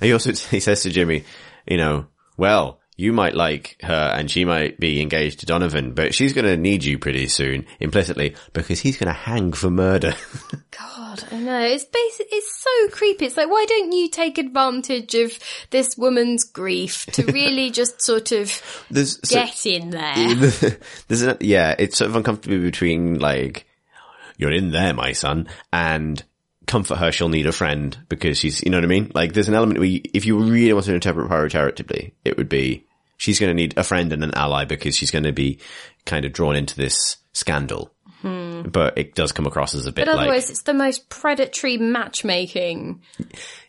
he also he says to Jimmy, you know, well, you might like her and she might be engaged to Donovan, but she's going to need you pretty soon, implicitly, because he's going to hang for murder.
God, I know. It's basic. It's so creepy. It's like, why don't you take advantage of this woman's grief to really just sort of
There's so-
get in there?
there's an, yeah, it's sort of uncomfortable between like, you're in there, my son, and comfort her, she'll need a friend because she's, you know what I mean? Like there's an element where you, if you really want to interpret her charitably, it would be, she's going to need a friend and an ally because she's going to be kind of drawn into this scandal. But it does come across as a bit
Hmm. But
like,
otherwise, it's the most predatory matchmaking.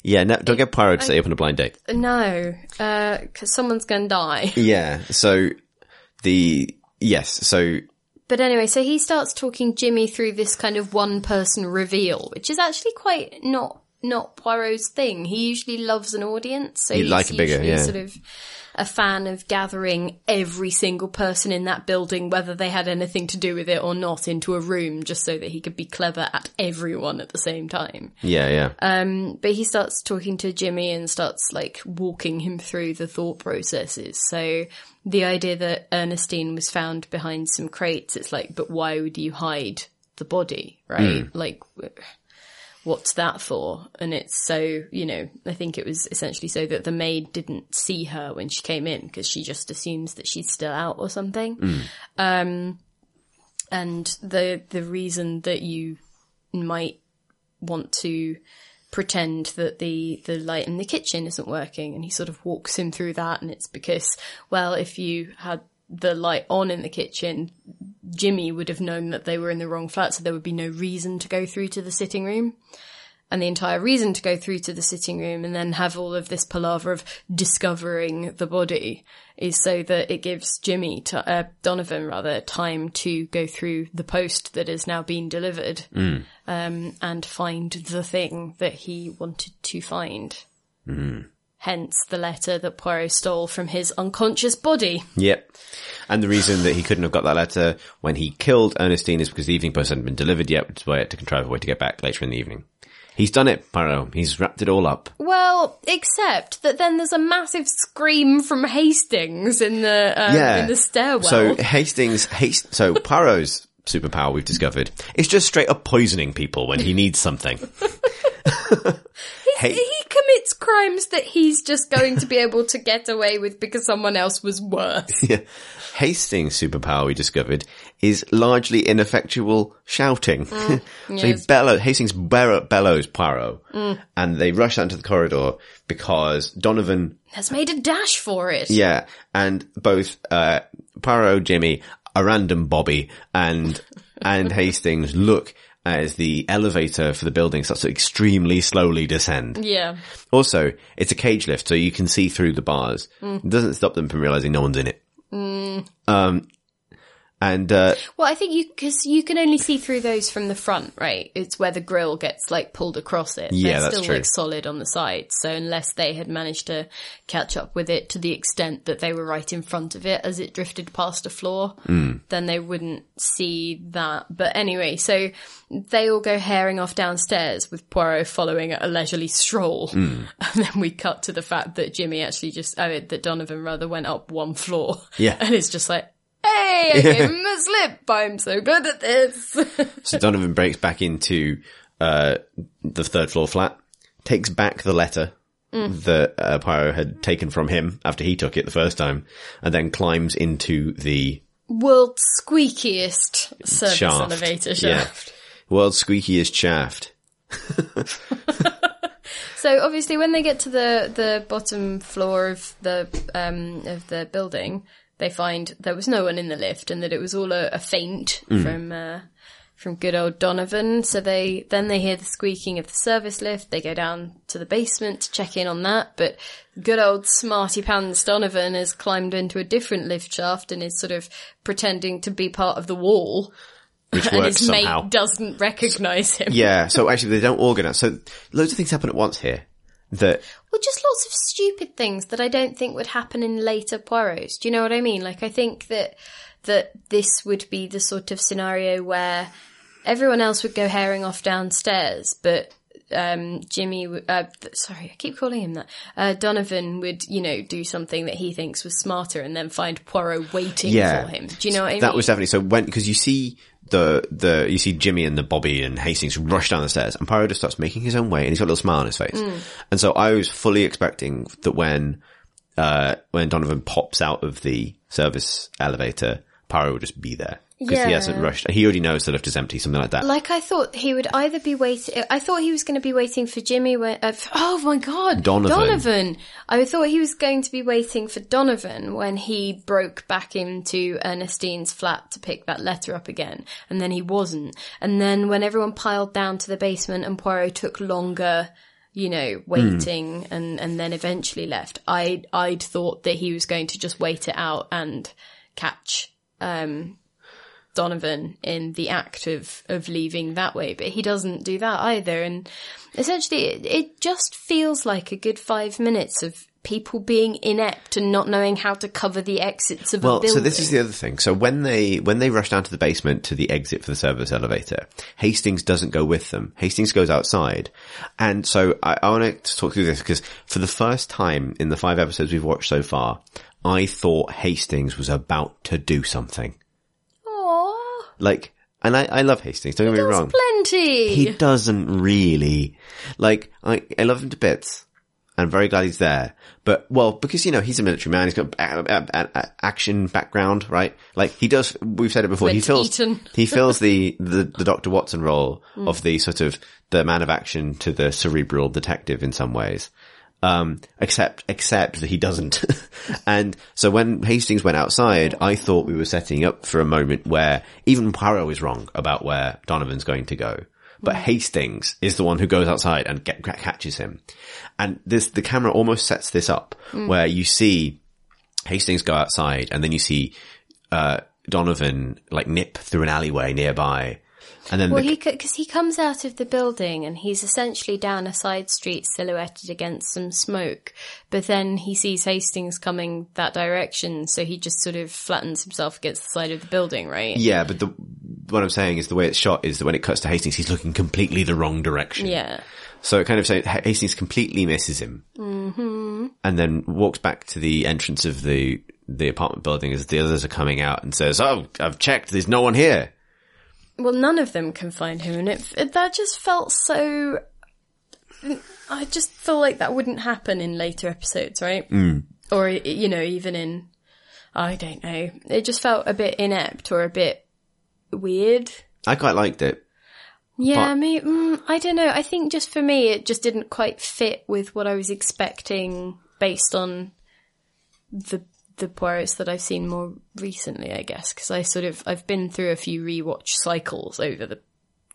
yeah, no, don't get pyro to set you up on a blind date.
No, because someone's gonna die.
Yeah. So the, yes. So
But anyway, so he starts talking Jimmy through this kind of one-person reveal, which is actually quite not not Poirot's thing. He usually loves an audience, so
He'd
he's
like a bigger,
usually
yeah.
sort of a fan of gathering every single person in that building, whether they had anything to do with it or not, into a room just so that he could be clever at everyone at the same time.
yeah, yeah.
Um, but he starts talking to Jimmy and starts like walking him through the thought processes. So the idea that Ernestine was found behind some crates, it's like, but why would you hide the body, right? Like, w- what's that for? And it's so, you know, I think it was essentially so that the maid didn't see her when she came in because she just assumes that she's still out or something. Um, and the, the reason that you might want to pretend that the the light in the kitchen isn't working and he sort of walks him through that and it's because well if you had the light on in the kitchen Jimmy would have known that they were in the wrong flat so there would be no reason to go through to the sitting room and the entire reason to go through to the sitting room and then have all of this palaver of discovering the body is so that it gives Jimmy, t uh, Donovan rather, time to go through the post that has now been delivered um, and find the thing that he wanted to find.
Hmm.
Hence the letter that Poirot stole from his unconscious body.
Yep. And the reason that he couldn't have got that letter when he killed Ernestine is because the evening post hadn't been delivered yet, which is why he had to contrive a way to get back later in the evening. He's done it, Poirot. He's wrapped it all up.
Well, except that then there's a massive scream from Hastings in the um,
yeah.
in the stairwell.
So Hastings, Hast- so Poirot's superpower we've discovered is just straight up poisoning people when he needs something. Hey-
he commits crimes that he's just going to be able to get away with because someone else was worse.
yeah. Hastings' superpower we discovered is largely ineffectual shouting. so he
Mm, yes. Mm.
bellows, Hastings bellow- bellows Poirot and they rush out into the corridor because Donovan
Has made a dash for it.
Yeah, and both uh Poirot, Jimmy, a random Bobby, and and Hastings look as the elevator for the building starts to extremely slowly descend.
Yeah.
Also, it's a cage lift, so you can see through the bars. It doesn't stop them from realizing no one's in it. Um, and uh,
Well, I think you because you can only see through those from the front, right? It's where the grill gets like pulled across it.
Yeah,
They're
that's
still
true.
like solid on the sides. So unless they had managed to catch up with it to the extent that they were right in front of it as it drifted past a floor,
Hmm.
then they wouldn't see that. But anyway, so they all go haring off downstairs with Poirot following at a leisurely stroll,
Hmm.
and then we cut to the fact that Jimmy actually just oh that Donovan rather went up one floor,
Yeah.
and it's just like hey, I gave him a slip. I'm so good at this.
so Donovan breaks back into uh, the third floor flat, takes back the letter that uh, Pyro had taken from him after he took it the first time, and then climbs into the
World's squeakiest service
shaft.
elevator
Yeah.
shaft.
World's squeakiest shaft.
So obviously, when they get to the the bottom floor of the um of the building, they find there was no one in the lift and that it was all a, a feint
Mm.
from. Uh, from good old Donovan, so they then they hear the squeaking of the service lift. They go down to the basement to check in on that, but good old smarty pants Donovan has climbed into a different lift shaft and is sort of pretending to be part of the wall,
Which
and
works
his
somehow.
mate doesn't recognise him.
yeah, so actually they don't organize. So loads of things happen at once here. That
Well, just lots of stupid things that I don't think would happen in later Poirot's. Do you know what I mean? Like, I think that that this would be the sort of scenario where everyone else would go herring off downstairs, but um, Jimmy, w- uh, th- sorry, I keep calling him that. Uh, Donovan would, you know, do something that he thinks was smarter and then find Poirot waiting
Yeah.
for him. Do you know what I mean?
That was definitely so when because you see the the you see Jimmy and the Bobby and Hastings rush down the stairs, and Pyro just starts making his own way, and he's got a little smile on his face.
Mm.
And so I was fully expecting that when uh when Donovan pops out of the service elevator, Pyro will just be there because
Yeah.
he hasn't rushed. He already knows the lift is empty, something like that.
like I thought he would either be waiting. I thought he was going to be waiting for Jimmy. When, uh, f- oh my god,
Donovan.
Donovan! I thought he was going to be waiting for Donovan when he broke back into Ernestine's flat to pick that letter up again, and then he wasn't. And then when everyone piled down to the basement and Poirot took longer. You know, waiting
Hmm.
and, and then eventually left. I I'd thought that he was going to just wait it out and catch um, Donovan in the act of of leaving that way, but he doesn't do that either. And essentially, it, it just feels like a good five minutes of people being inept and not knowing how to cover the exits of a
Well,
building.
so this is the other thing. So when they when they rush down to the basement to the exit for the service elevator, Hastings doesn't go with them. Hastings goes outside, and so I, I want to talk through this because for the first time in the five episodes we've watched so far, I thought Hastings was about to do something.
Aww,
Like, and I, I love Hastings. Don't get me wrong.
plenty.
He doesn't really. Like, I, I love him to bits. I'm very glad he's there. But, well, because, you know, he's a military man. He's got uh, a, a, a- a- action background, right? Like, he does, we've said it before,
Went
he
to
fills,
Eton.
he fills the, the, the Dr. Watson role of the sort of, the man of action to the cerebral detective in some ways. Um, except, except that he doesn't. and so when Hastings went outside, I thought we were setting up for a moment where even Poirot is wrong about where Donovan's going to go. But Hastings is the one who goes outside and get, catches him. And this, the camera almost sets this up
Mm.
where you see Hastings go outside and then you see, uh, Donovan like nip through an alleyway nearby. And then
Well,
the,
he because he comes out of the building and he's essentially down a side street, silhouetted against some smoke. But then he sees Hastings coming that direction, so he just sort of flattens himself against the side of the building, right?
Yeah, but the what I'm saying is the way it's shot is that when it cuts to Hastings, he's looking completely the wrong direction.
yeah.
So it kind of says Hastings completely misses him, mm-hmm. and then walks back to the entrance of the the apartment building as the others are coming out and says, "Oh, I've checked. There's no one here."
Well, none of them can find him, and it, it that just felt so. I just feel like that wouldn't happen in later episodes, right? Mm. Or you know, even in I don't know, it just felt a bit inept or a bit weird.
I quite liked it.
Yeah,
But-
me. Mm, I don't know. I think just for me, it just didn't quite fit with what I was expecting based on the the Poirot's that I've seen more recently. I guess because I sort of I've been through a few rewatch cycles over the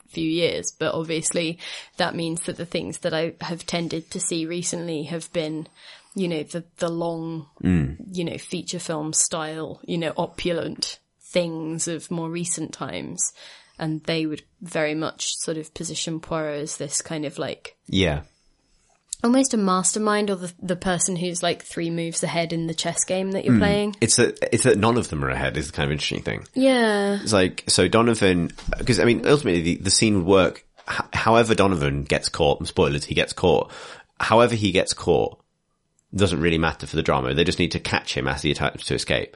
few years, but obviously that means that the things that I have tended to see recently have been, you know, the the long, you know, feature film style, you know, opulent things of more recent times, and they would very much sort of position Poirot as this kind of like
Yeah,
almost a mastermind or the the person who's like three moves ahead in the chess game
Hmm.
that you're playing.
it's that it's that none of them are ahead is the kind of interesting thing.
Yeah.
It's like so Donovan because I mean ultimately the, the scene would work h- however Donovan gets caught and spoilers he gets caught however he gets caught doesn't really matter for the drama they just need to catch him as he attempts to escape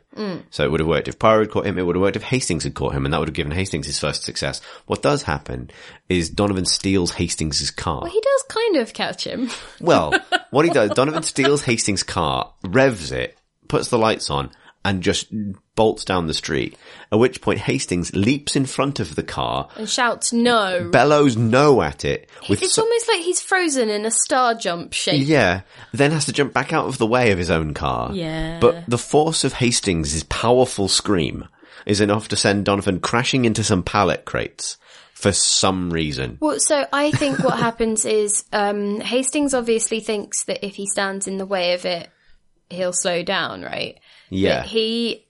so it would have worked if Pyro had caught him it would have worked if Hastings had caught him and that would have given Hastings his first success what does happen is Donovan steals Hastings' car
He does kind of catch him.
well, what he does, Donovan steals Hastings' car, revs it, puts the lights on, and just bolts down the street. At which point Hastings leaps in front of the car,
And shouts no.
bellows no at it with
It's
so-
almost like he's frozen in a star jump shape.
yeah, then has to jump back out of the way of his own car.
Yeah.
But the force of Hastings' powerful scream is enough to send Donovan crashing into some pallet crates for some reason.
Well, so I think what happens is um, Hastings obviously thinks that if he stands in the way of it, he'll slow down, right?
Yeah.
But he,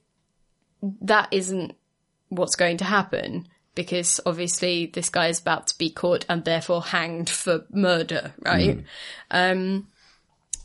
that isn't what's going to happen because obviously this guy is about to be caught and therefore hanged for murder,
Mm.
right? Um,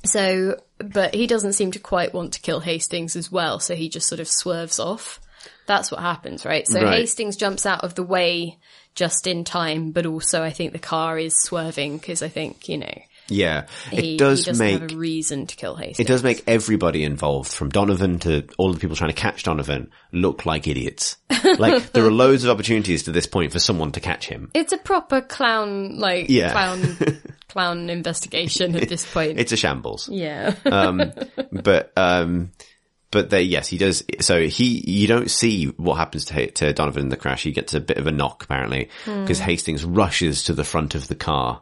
so, but he doesn't seem to quite want to kill Hastings as well, so he just sort of swerves off. That's what happens, right? So
Right.
Hastings jumps out of the way just in time, but also I think the car is swerving because I think, you know,
Yeah,
he,
it does
he doesn't
make
have a reason to kill Hastings.
it does make everybody involved, from Donovan to all the people trying to catch Donovan, look like idiots. Like there are loads of opportunities to this point for someone to catch him.
It's a proper clown, like,
Yeah.
clown, clown investigation at this point.
It's uh, a shambles.
yeah.
but um but they yes he does so he you don't see what happens to to Donovan in the crash he gets a bit of a knock apparently because Hastings rushes to the front of the car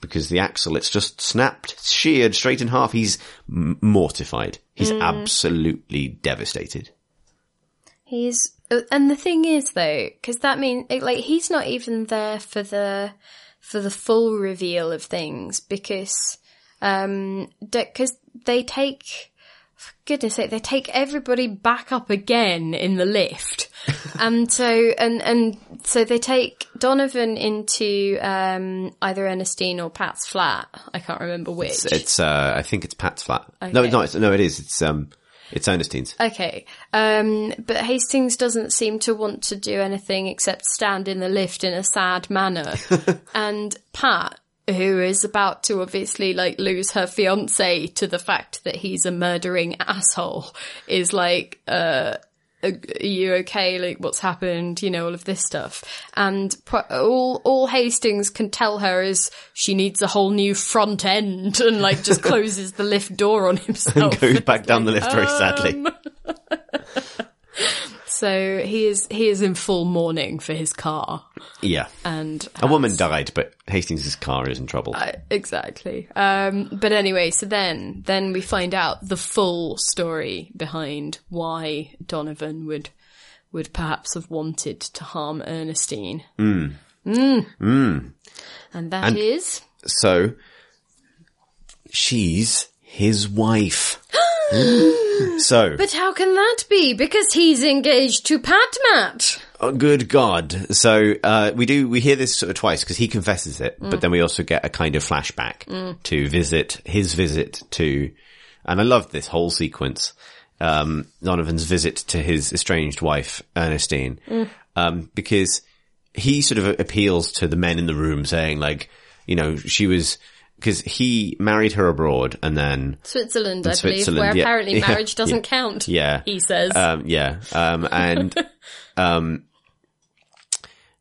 because the axle it's just snapped sheared straight in half he's m- mortified he's absolutely devastated
He's uh, and the thing is though, because that means like he's not even there for the for the full reveal of things because um because they take for goodness sake they take everybody back up again in the lift and so and and so they take Donovan into um either Ernestine or Pat's flat I can't remember which
it's, it's, uh I think it's Pat's flat no
Okay.
it's not it's, no it is it's um it's Ernestine's
Okay. Um, but Hastings doesn't seem to want to do anything except stand in the lift in a sad manner. and Pat, who is about to obviously like lose her fiance to the fact that he's a murdering asshole, is like, uh, are you okay? Like, what's happened? You know, all of this stuff. And pro- all, all Hastings can tell her is she needs a whole new front end and like just closes the lift door on himself.
goes back down the lift very sadly
Um. So he is he is in full mourning for his car,
yeah
and
a woman died but Hastings' car is in trouble
I- exactly. Um, but anyway, so then then we find out the full story behind why Donovan would would perhaps have wanted to harm Ernestine. Mm. Mm.
Hmm.
And that is
So she's his wife. so,
But how can that be? Because he's engaged to Pat Mat.
oh, good God. So, uh, we do, we hear this sort of twice because he confesses it, but then we also get a kind of flashback to visit, his visit to, and I love this whole sequence. Um, Donovan's visit to his estranged wife, Ernestine, um, because he sort of appeals to the men in the room saying like, you know, she was, because he married her abroad and then
Switzerland, I believe,
Switzerland,
where
yeah.
apparently
Yeah,
marriage doesn't
yeah.
count.
Yeah.
He says.
Um, yeah. Um, and, um,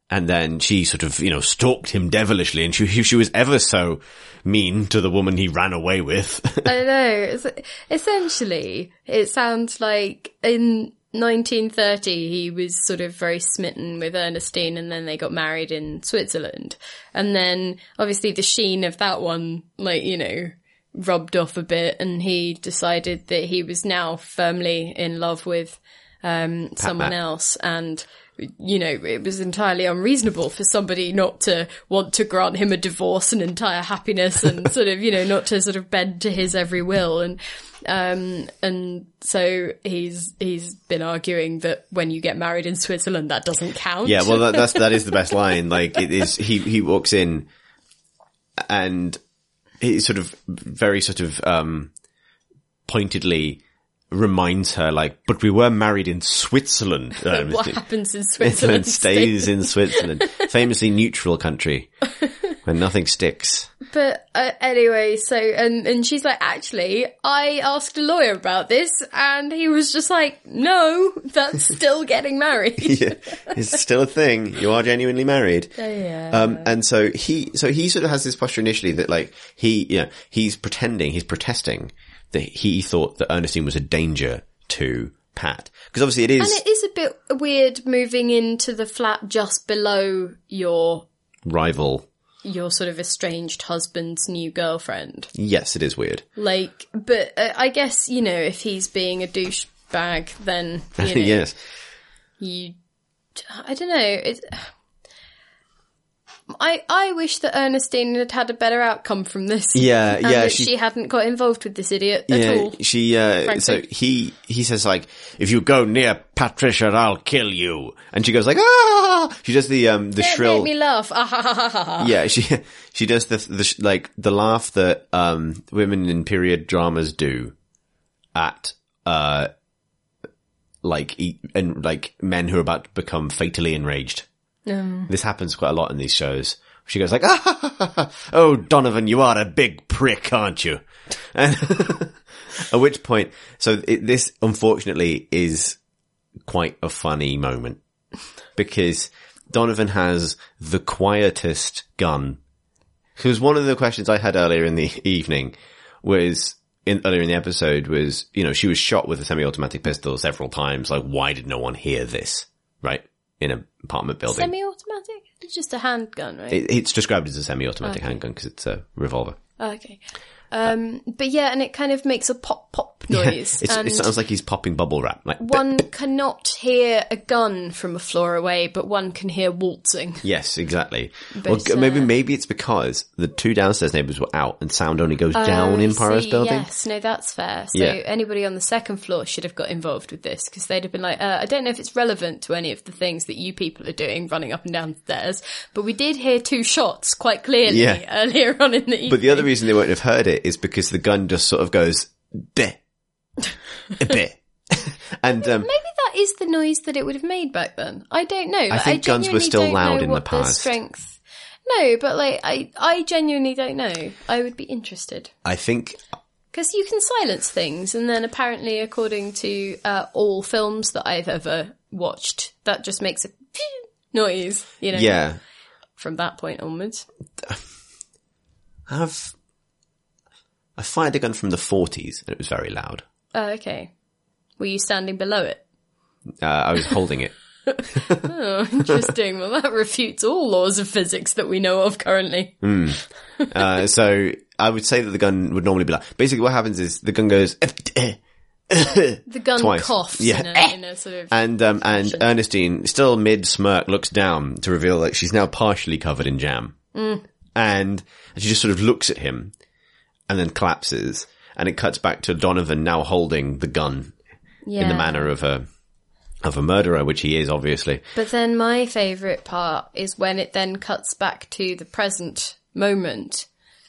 and then she sort of, you know, stalked him devilishly and she, she was ever so mean to the woman he ran away with.
I know. It's, essentially, it sounds like in 1930 he was sort of very smitten with Ernestine, and then they got married in Switzerland, and then obviously the sheen of that one, like you know, rubbed off a bit, and he decided that he was now firmly in love with um, someone
Matt.
else, and. You know, it was entirely unreasonable for somebody not to want to grant him a divorce and entire happiness and sort of, you know, not to sort of bend to his every will. And, um, and so he's, he's been arguing that when you get married in Switzerland, that doesn't count.
yeah. Well, that, that's, that is the best line. Like it is, he, he walks in and he sort of very sort of, um, pointedly reminds her like, but we were married in Switzerland. Um,
what happens in Switzerland
Switzerland
stays.
stays in Switzerland. Famously neutral country where nothing sticks.
But uh, anyway, so and and she's like, actually, I asked a lawyer about this, and he was just like, no, that's still getting married.
Yeah, it's still a thing. You are genuinely married.
yeah.
Um, and so he, so he sort of has this posture initially that like he, you know, he's pretending, he's protesting that he thought that Ernestine was a danger to Pat. Cause obviously it is
And it is a bit weird moving into the flat just below your
rival.
your sort of estranged husband's new girlfriend.
Yes, it is weird.
Like, but uh, I guess you know if he's being a douchebag, then you know,
yes.
you. I don't know. It's, I I wish that Ernestine had had a better outcome from this.
Yeah.
and
Yeah.
that she, hadn't got involved with this idiot at all.
She, uh, so
frankly.
he, he says like, if you go near Patricia, I'll kill you. And she goes like, ah, she does the, um, the
It
shrill.
made me laugh. Ah, ha, ha, ha, ha, ha.
yeah. She, she does the, the, sh- like the laugh that, um, women in period dramas do at, uh, like e- and like men who are about to become fatally enraged. This happens quite a lot in these shows. She goes like, "Oh, Donovan, you are a big prick, aren't you?" And at which point, so it, this unfortunately is quite a funny moment because Donovan has the quietest gun. Because one of the questions I had earlier in the evening was in earlier in the episode was, you know, she was shot with a semi-automatic pistol several times. Like, why did no one hear this? Right. In an apartment building.
Semi-automatic? It's just a handgun, right?
It, it's described as a semi-automatic handgun because it's a revolver.
Oh, okay. Um, but yeah, and it kind of makes a pop pop noise.
It's,
and
it sounds like he's popping bubble wrap. Like,
one cannot hear a gun from a floor away, but one can hear waltzing.
yes, exactly. Or
But, uh,
g- maybe maybe it's because the two downstairs neighbors were out and sound only goes down in
Oh,
Paris
See,
building.
Yes, no, that's fair. So
Yeah.
anybody on the second floor should have got involved with this because they'd have been like, uh, I don't know if it's relevant to any of the things that you people are doing running up and down stairs, but we did hear two shots quite clearly
Yeah.
earlier on in the evening.
But the other reason they won't have heard it is because the gun just sort of goes beh, beh, and um,
Maybe that is the noise that it would have made back then. I don't know. I
think guns were
genuinely
still
don't
loud
know
in
what
the
their
past.
strength. No, but like I, I genuinely don't know. I would be interested
I think
because you can silence things, and then apparently, according to uh, all films that I've ever watched, that just makes a phew noise. You know,
yeah,
from that point onwards.
have I fired a gun from the forties and it was very loud.
Oh, okay. Were you standing below it?
Uh, I was holding it.
Interesting. well, that refutes all laws of physics that we know of currently.
Mm. Uh, so I would say that the gun would normally be like. Basically, what happens is the gun goes.
The gun
Twice.
coughs
Yeah.
in, a, in a sort of
And um, and Ernestine, still mid smirk, looks down to reveal that she's now partially covered in jam. And she just sort of looks at him, and then collapses. And it cuts back to Donovan now holding the gun in the
Yeah.
manner of a of a murderer, which he is obviously.
But then my favourite part is when it then cuts back to the present moment.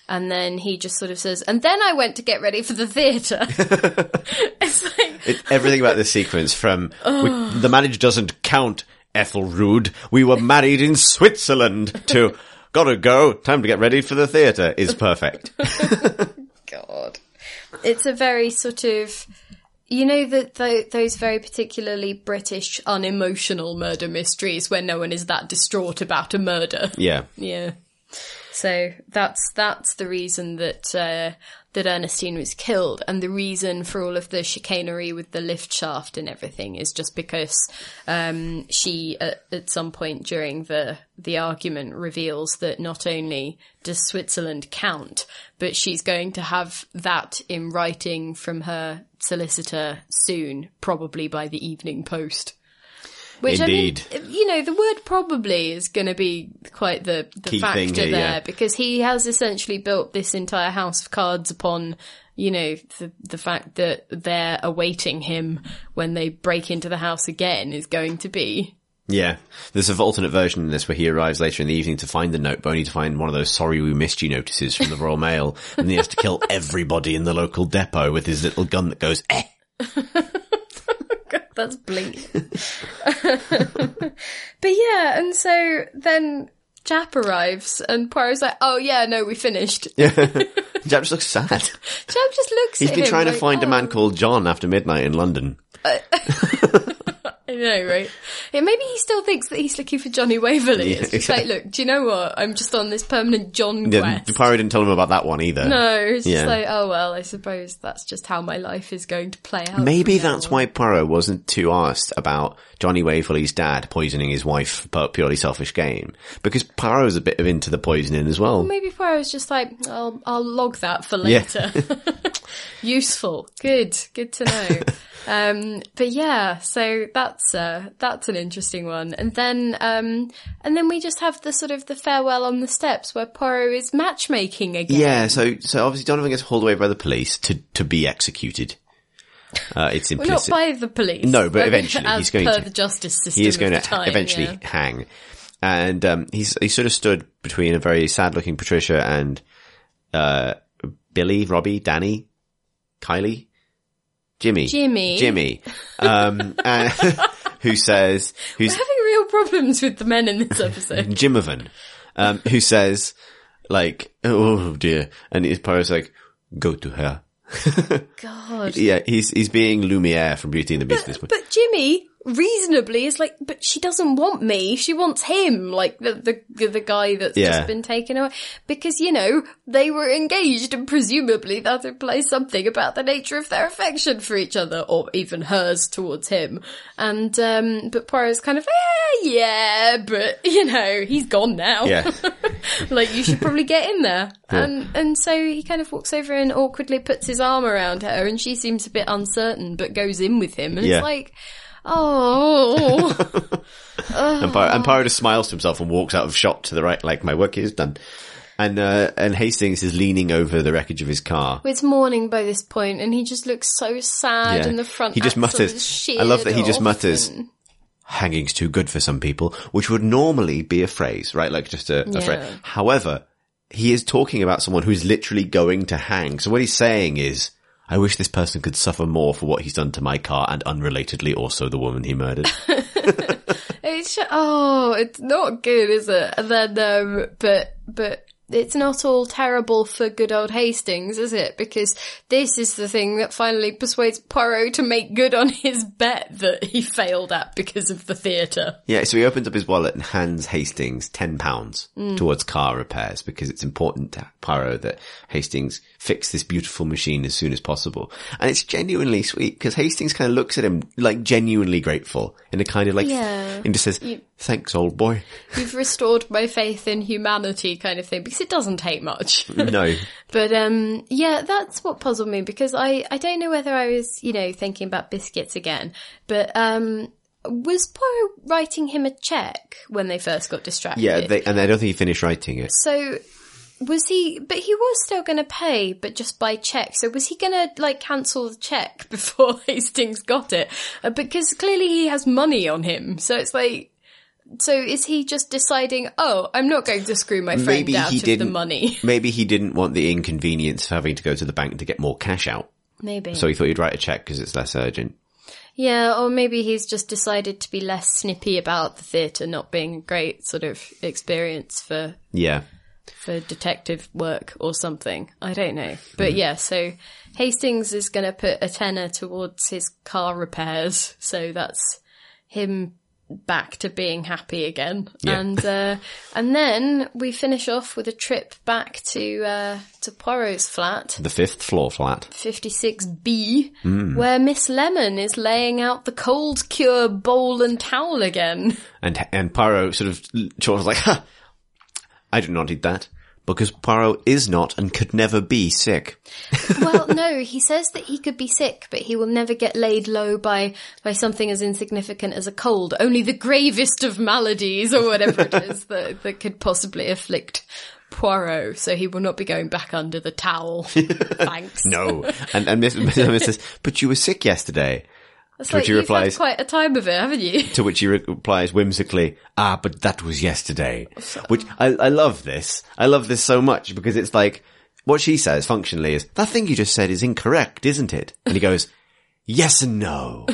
And then he just sort of says, and then I went to get ready for the theatre. it's like,
It's everything about this sequence from we, the marriage doesn't count, Ethelrude. We were married in Switzerland. To gotta go, time to get ready for the theatre is perfect.
God. It's a very sort of, you know, that tho- those very particularly British unemotional murder mysteries where no one is that distraught about a murder.
Yeah.
Yeah. So that's that's the reason that uh, that Ernestine was killed, and the reason for all of the chicanery with the lift shaft and everything is just because um, she, at, at some point during the the argument, reveals that not only does Switzerland count, but she's going to have that in writing from her solicitor soon, probably by the Evening Post. Which
Indeed.
I mean, you know, the word probably is going to be quite the, the
Key
factor
thing
there
here, yeah.
because he has essentially built this entire house of cards upon, you know, the, the fact that they're awaiting him when they break into the house again is going to be.
Yeah. There's an alternate version in this where he arrives later in the evening to find the note, but only to find one of those sorry we missed you notices from the Royal Mail. And he has to kill everybody in the local depot with his little gun that goes, eh.
That's bleak. but yeah, and so then Jap arrives and Poirot's like, oh yeah, no, we finished.
Jap just looks sad.
Jap just looks
He's
at
been
him
trying to
like,
find a
"Oh."
man called John after midnight in London.
I know, right? Yeah, maybe he still thinks that he's looking for Johnny Waverley.
Yeah,
it's just like, look, do you know what? I'm just on this permanent John
Yeah,
quest.
Poirot didn't tell him about that one either.
no, it's just
Yeah.
like, oh well, I suppose that's just how my life is going to play out.
Maybe
from now
that's
on.
why Poirot wasn't too asked about Johnny Waverley's dad poisoning his wife for purely selfish gain. Because Poirot's a bit of into the poisoning as well.
Maybe Poirot's just like, I'll I'll log that for later. Useful, good, good to know. um, but yeah, so that's uh, that's an interesting one. And then um, and then we just have the sort of the farewell on the steps where Poirot is matchmaking again.
Yeah, so so obviously Donovan gets hauled away by the police to to be executed. Uh, it's
Well, not
implicit.
by the police.
No, but
I mean,
eventually
as
he's going
per
to-
the justice system.
he is going
of
to
the time,
eventually
yeah.
hang, and um, he's he sort of stood between a very sad looking Patricia and uh, Billy, Robbie, Danny, Kylie. Jimmy.
Jimmy.
Jimmy. Um, and who says, who's
We're having real problems with the men in this episode.
Jimovan, um, who says, like, oh dear. And his Poirot's like, go to her.
God.
Yeah, he's, he's being Lumiere from Beauty and the Beast at this point.
But Jimmy reasonably is like, but she doesn't want me. She wants him, like the the the, the guy that's
Yeah.
just been taken away. Because you know they were engaged, and presumably that implies something about the nature of their affection for each other, or even hers towards him. And um, but Poirot's kind of, eh, yeah, but you know he's gone now.
Yeah.
like you should probably get in there. And and so he kind of walks over and awkwardly puts his arm around her, and she seems a bit uncertain, but goes in with him, and
Yeah.
it's like, oh,
And, Py- and Pyro just smiles to himself and walks out of shot to the right, like my work is done. And, uh, and Hastings is leaning over the wreckage of his car.
it's morning by this point, and he just looks so sad,
Yeah.
and the front
He just
axle
mutters-
is sheared
I love that he just
off,
mutters,
and-
Hanging's too good for some people, which would normally be a phrase, right? Like just a, a
Yeah.
phrase. However, he is talking about someone who's literally going to hang. So what he's saying is, I wish this person could suffer more for what he's done to my car and unrelatedly also the woman he murdered.
It's ju- oh, it's not good, is it? And then, um, but but it's not all terrible for good old Hastings, is it? Because this is the thing that finally persuades Poirot to make good on his bet that he failed at because of the theatre.
Yeah, so he opens up his wallet and hands Hastings ten pounds towards car repairs because it's important to Pyro that Hastings fix this beautiful machine as soon as possible. And it's genuinely sweet because Hastings kind of looks at him like genuinely grateful in a kind of like,
Yeah.
and just says, thanks old boy.
You've restored my faith in humanity, kind of thing, because it doesn't take much.
no.
But um yeah, that's what puzzled me because I I don't know whether I was, you know, thinking about biscuits again, but um was Poirot writing him a check when they first got distracted?
Yeah, they, and I don't think he finished writing it.
so was he but he was still going to pay but just by check. So was he going to like cancel the check before Hastings got it? Uh, because clearly he has money on him. So it's like so is he just deciding, "Oh, I'm not going to screw my friend
Maybe
out
he
of
didn't.
the money."
Maybe he didn't want the inconvenience of having to go to the bank to get more cash out.
Maybe.
So he thought he'd write a check because it's less urgent.
Yeah, or maybe he's just decided to be less snippy about the theatre not being a great sort of experience for
Yeah.
for detective work or something. I don't know. But yeah, so Hastings is going to put a tenner towards his car repairs, so that's him back to being happy again.
Yeah.
And uh, and then we finish off with a trip back to uh, to Poirot's flat.
The fifth floor flat.
56B, where Miss Lemon is laying out the cold cure bowl and towel again.
And and Poirot sort of chortles like, ha, I do not eat that. Because Poirot is not and could never be sick.
well, no, he says that he could be sick, but he will never get laid low by, by something as insignificant as a cold. Only the gravest of maladies or whatever it is that, that could possibly afflict Poirot. So he will not be going back under the towel. Thanks.
No. and and Miss, Miss Lemon says, but you were sick yesterday.
It's
to which
like
he
you've
replies-
had quite a time of it, haven't you?
To which he re- replies whimsically, ah, but that was yesterday. Which I, I love this. I love this so much because it's like, what she says functionally is, that thing you just said is incorrect, isn't it? And he goes, yes and no.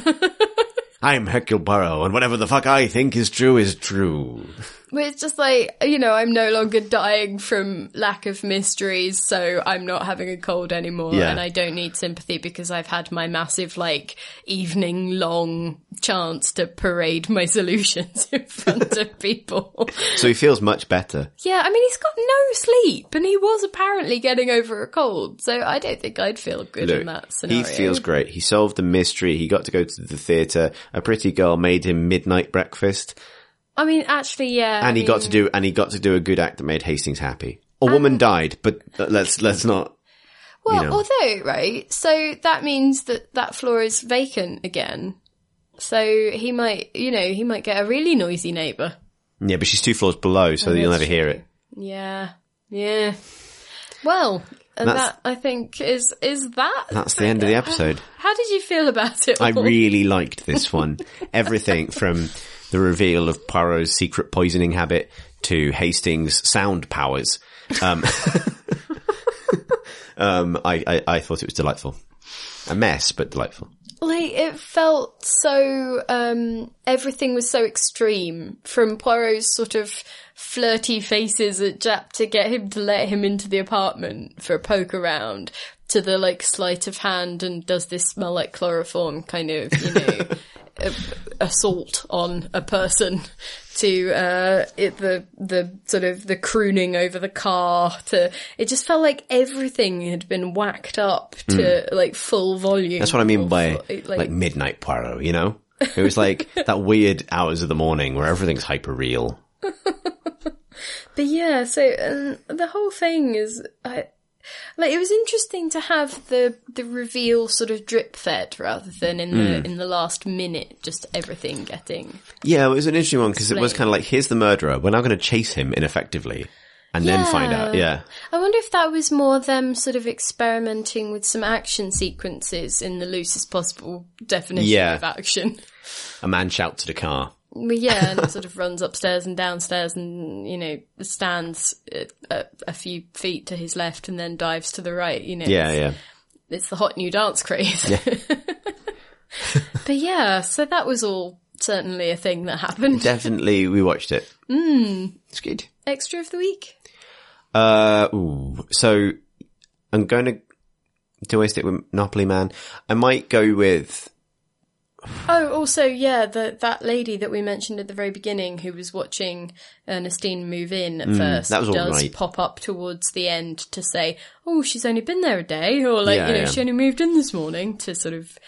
I'm Hercule Poirot and whatever the fuck I think is true is true.
But it's just like, you know, I'm no longer dying from lack of mysteries, so I'm not having a cold anymore
Yeah.
and I don't need sympathy because I've had my massive, like, evening long chance to parade my solutions in front of people.
So he feels much better.
yeah, I mean, he's got no sleep and he was apparently getting over a cold, so I don't think I'd feel good in that scenario.
He feels great. He solved the mystery. He got to go to the theatre. A pretty girl made him midnight breakfast,
I mean, actually, yeah.
and he got to do and he got to do a good act that made Hastings happy. A woman died, but let's let's not.
Well,
know.
although, right, so that means that that floor is vacant again. So he might, you know, he might get a really noisy neighbour.
Yeah, but she's two floors below, so you'll never
that's
hear it.
Yeah, yeah. Well, and
That's-
that I think is is that.
That's the end of the episode.
How did you feel about it?
I
all?
really liked this one. Everything from the reveal of Poirot's secret poisoning habit to Hastings' sound powers. Um, Um, I, I, I thought it was delightful. A mess, but delightful.
Like it felt so um everything was so extreme from Poirot's sort of flirty faces at Jap to get him to let him into the apartment for a poke around to the like sleight of hand and does this smell like chloroform kind of, you know, a- assault on a person to uh it, the the sort of the crooning over the car to it just felt like everything had been whacked up to like full volume
Hmm. That's what I mean
or
by
full-
like, midnight Poirot, you know? It was like that weird hours of the morning where everything's hyper real.
But yeah, so um, the whole thing is I, like it was interesting to have the the reveal sort of drip fed rather than in
Hmm.
the in the last minute just everything getting
Yeah, it was an interesting one because it was kind of like, here's the murderer. We're now going to chase him ineffectively and then find out. Yeah.
I wonder if that was more them sort of experimenting with some action sequences in the loosest possible definition
Yeah.
of action.
A man shouts at a car.
Well, yeah, and sort of runs upstairs and downstairs and, you know, stands a, a, a few feet to his left and then dives to the right, you know.
Yeah,
it's-
yeah.
it's the hot new dance craze. but yeah, so that was all certainly a thing that happened.
Definitely we watched it. Mm. It's good.
Extra of the week.
Uh, ooh. so I'm going to, do I stick with Monopoly Man? I might go with
Oh, also, yeah, the, that lady that we mentioned at the very beginning who was watching Ernestine move in at first
Mm, that was all
does
right.
pop up towards the end to say, oh, she's only been there a day, or like,
Yeah,
you know,
yeah.
she only moved in this morning to sort of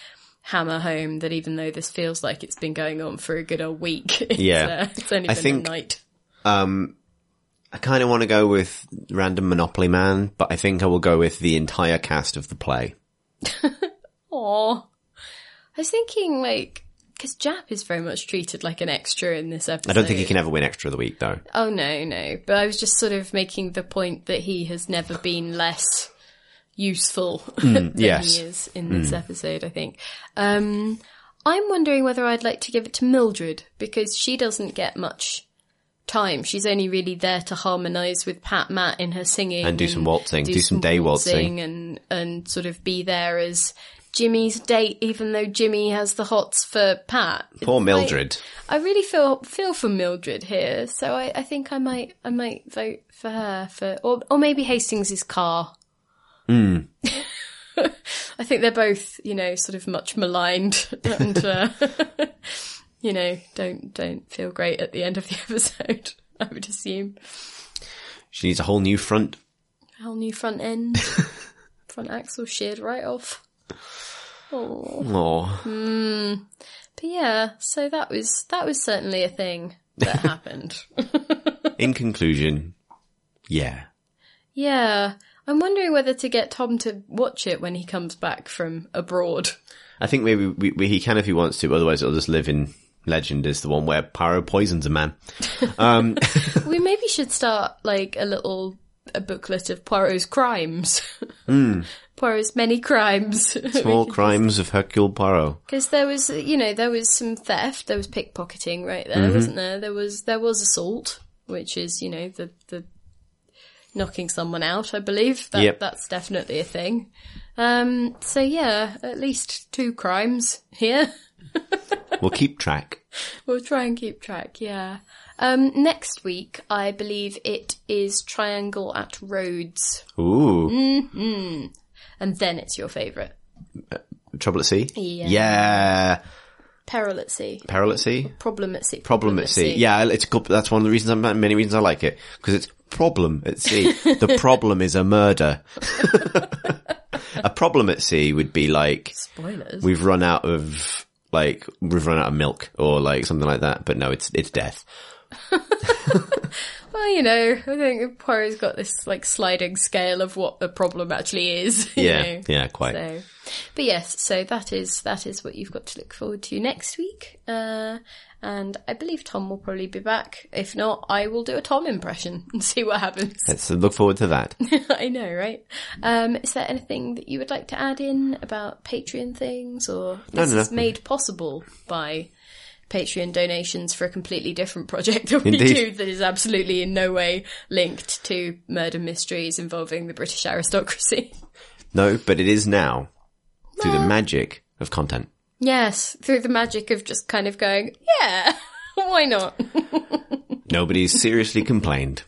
hammer home that even though this feels like it's been going on for a good old week, it's,
Yeah.
uh, it's only
I
been
think-
a night.
I kind of want to go with random Monopoly Man, but I think I will go with the entire cast of the play.
Aw. I was thinking, like, because Jap is very much treated like an extra in this episode.
I don't think he can ever win extra of the week though.
Oh, no, no. But I was just sort of making the point that he has never been less useful than
Mm, yes. Mm.
he is in this episode, I think. Um, I'm wondering whether I'd like to give it to Mildred, because she doesn't get much time. She's only really there to harmonise with Pat Matt in her singing.
And do some waltzing, do some day waltzing.
And, and sort of be there as Jimmy's date, even though Jimmy has the hots for Pat.
Poor
Like,
Mildred.
I really feel feel for Mildred here, so I, I think I might I might vote for her for or or maybe Hastings' car. I think they're both you know sort of much maligned and uh, you know don't don't feel great at the end of the episode. I would assume
She needs a whole new front.
whole new front end, front axle sheared right off. Oh,
Oh,
but yeah, so that was that was certainly a thing that happened.
in conclusion, yeah.
Yeah. I'm wondering whether to get Tom to watch it when he comes back from abroad.
I think maybe we, we, he can if he wants to. Otherwise, it'll just live in legend is the one where Pyro poisons a man.
we maybe should start like a little a booklet of Poirot's crimes. Poirot's many crimes.
Small crimes of Hercule Poirot.
Because there was, you know, there was some theft, there was pickpocketing right there, wasn't there? There was there was assault, which is, you know, the the knocking someone out, I believe. That
Yep.
that's definitely a thing. Um so yeah, at least two crimes here.
We'll keep track.
We'll try and keep track, yeah. Um, next week, I believe it is Triangle at Rhodes,
Ooh,
and then it's your favourite.
trouble at sea.
Yeah.
yeah.
Peril at Sea.
Peril at sea.
Problem at Sea.
Problem at sea. Yeah, it's good. That's one of the reasons. I'm, many reasons I like it because it's problem at sea. the problem is a murder. a problem at sea would be like
Spoilers.
we've run out of like we've run out of milk or like something like that. But no, it's it's death.
Well, you know, I think Poirot's got this, like, sliding scale of what a problem actually is. you
Yeah,
know.
yeah, quite.
So, but yes, so that is that is what you've got to look forward to next week. Uh, and I believe Tom will probably be back. If not, I will do a Tom impression and see what happens.
Let's look forward to that.
I know, right? Um, is there anything that you would like to add in about Patreon things or this
no,
is
no.
made possible by Patreon donations for a completely different project that we
Indeed.
do that is absolutely in no way linked to murder mysteries involving the British aristocracy.
No, but it is now through the magic of content.
Yes, through the magic of just kind of going, yeah, why not?
Nobody's seriously complained.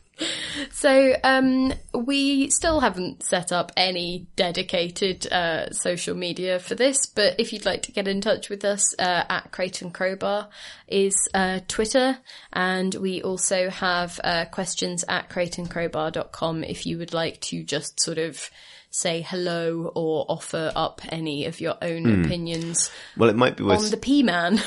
So um, we still haven't set up any dedicated uh, social media for this, but if you'd like to get in touch with us, uh, at Creighton Crowbar is uh, Twitter, and we also have uh, questions at CreightonCrowbar.com if you would like to just sort of say hello or offer up any of your own
Hmm.
opinions
Well, it might be worth.
on the P Man.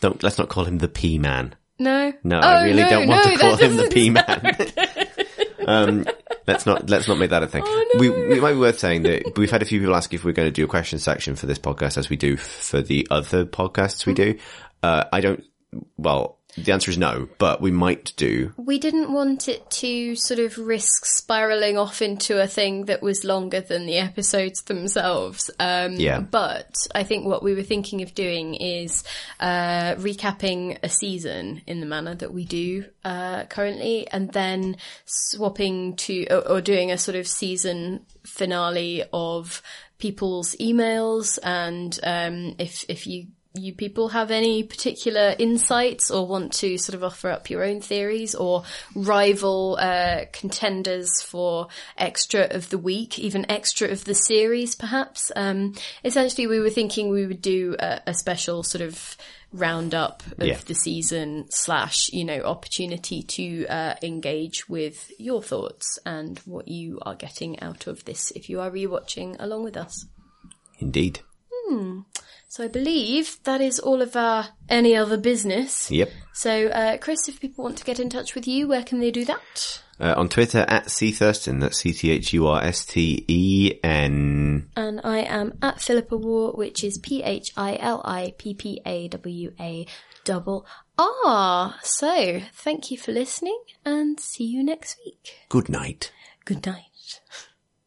Don't let's not call him the P man.
No,
No, I
Oh,
really
no,
don't want
no,
to call
that
him the
doesn't
P man. um, let's not let's not make that a thing.
Oh,
We it might be worth saying that we've had a few people ask if we're going to do a question section for this podcast, as we do for the other podcasts we
Mm-hmm.
do. Uh, I don't. Well, the answer is no, but we might do.
We didn't want it to sort of risk spiraling off into a thing that was longer than the episodes themselves. Um,
Yeah.
But I think what we were thinking of doing is uh, recapping a season in the manner that we do uh, currently, and then swapping to or, or doing a sort of season finale of people's emails and um, if if you you people have any particular insights or want to sort of offer up your own theories or rival uh, contenders for extra of the week, even extra of the series, perhaps. Um, essentially, we were thinking we would do a, a special sort of roundup of
Yeah.
the season slash you know opportunity to uh, engage with your thoughts and what you are getting out of this if you are rewatching along with us.
Indeed.
So I believe that is all of our any other business.
Yep.
So, uh, Chris, if people want to get in touch with you, where can they do that?
Uh, on Twitter at C Thurston. That's C T H U R S T E N.
And I am at Philippa War, which is P H I L I P P A W A double R. So, thank you for listening and see you next week.
Good night.
Good night.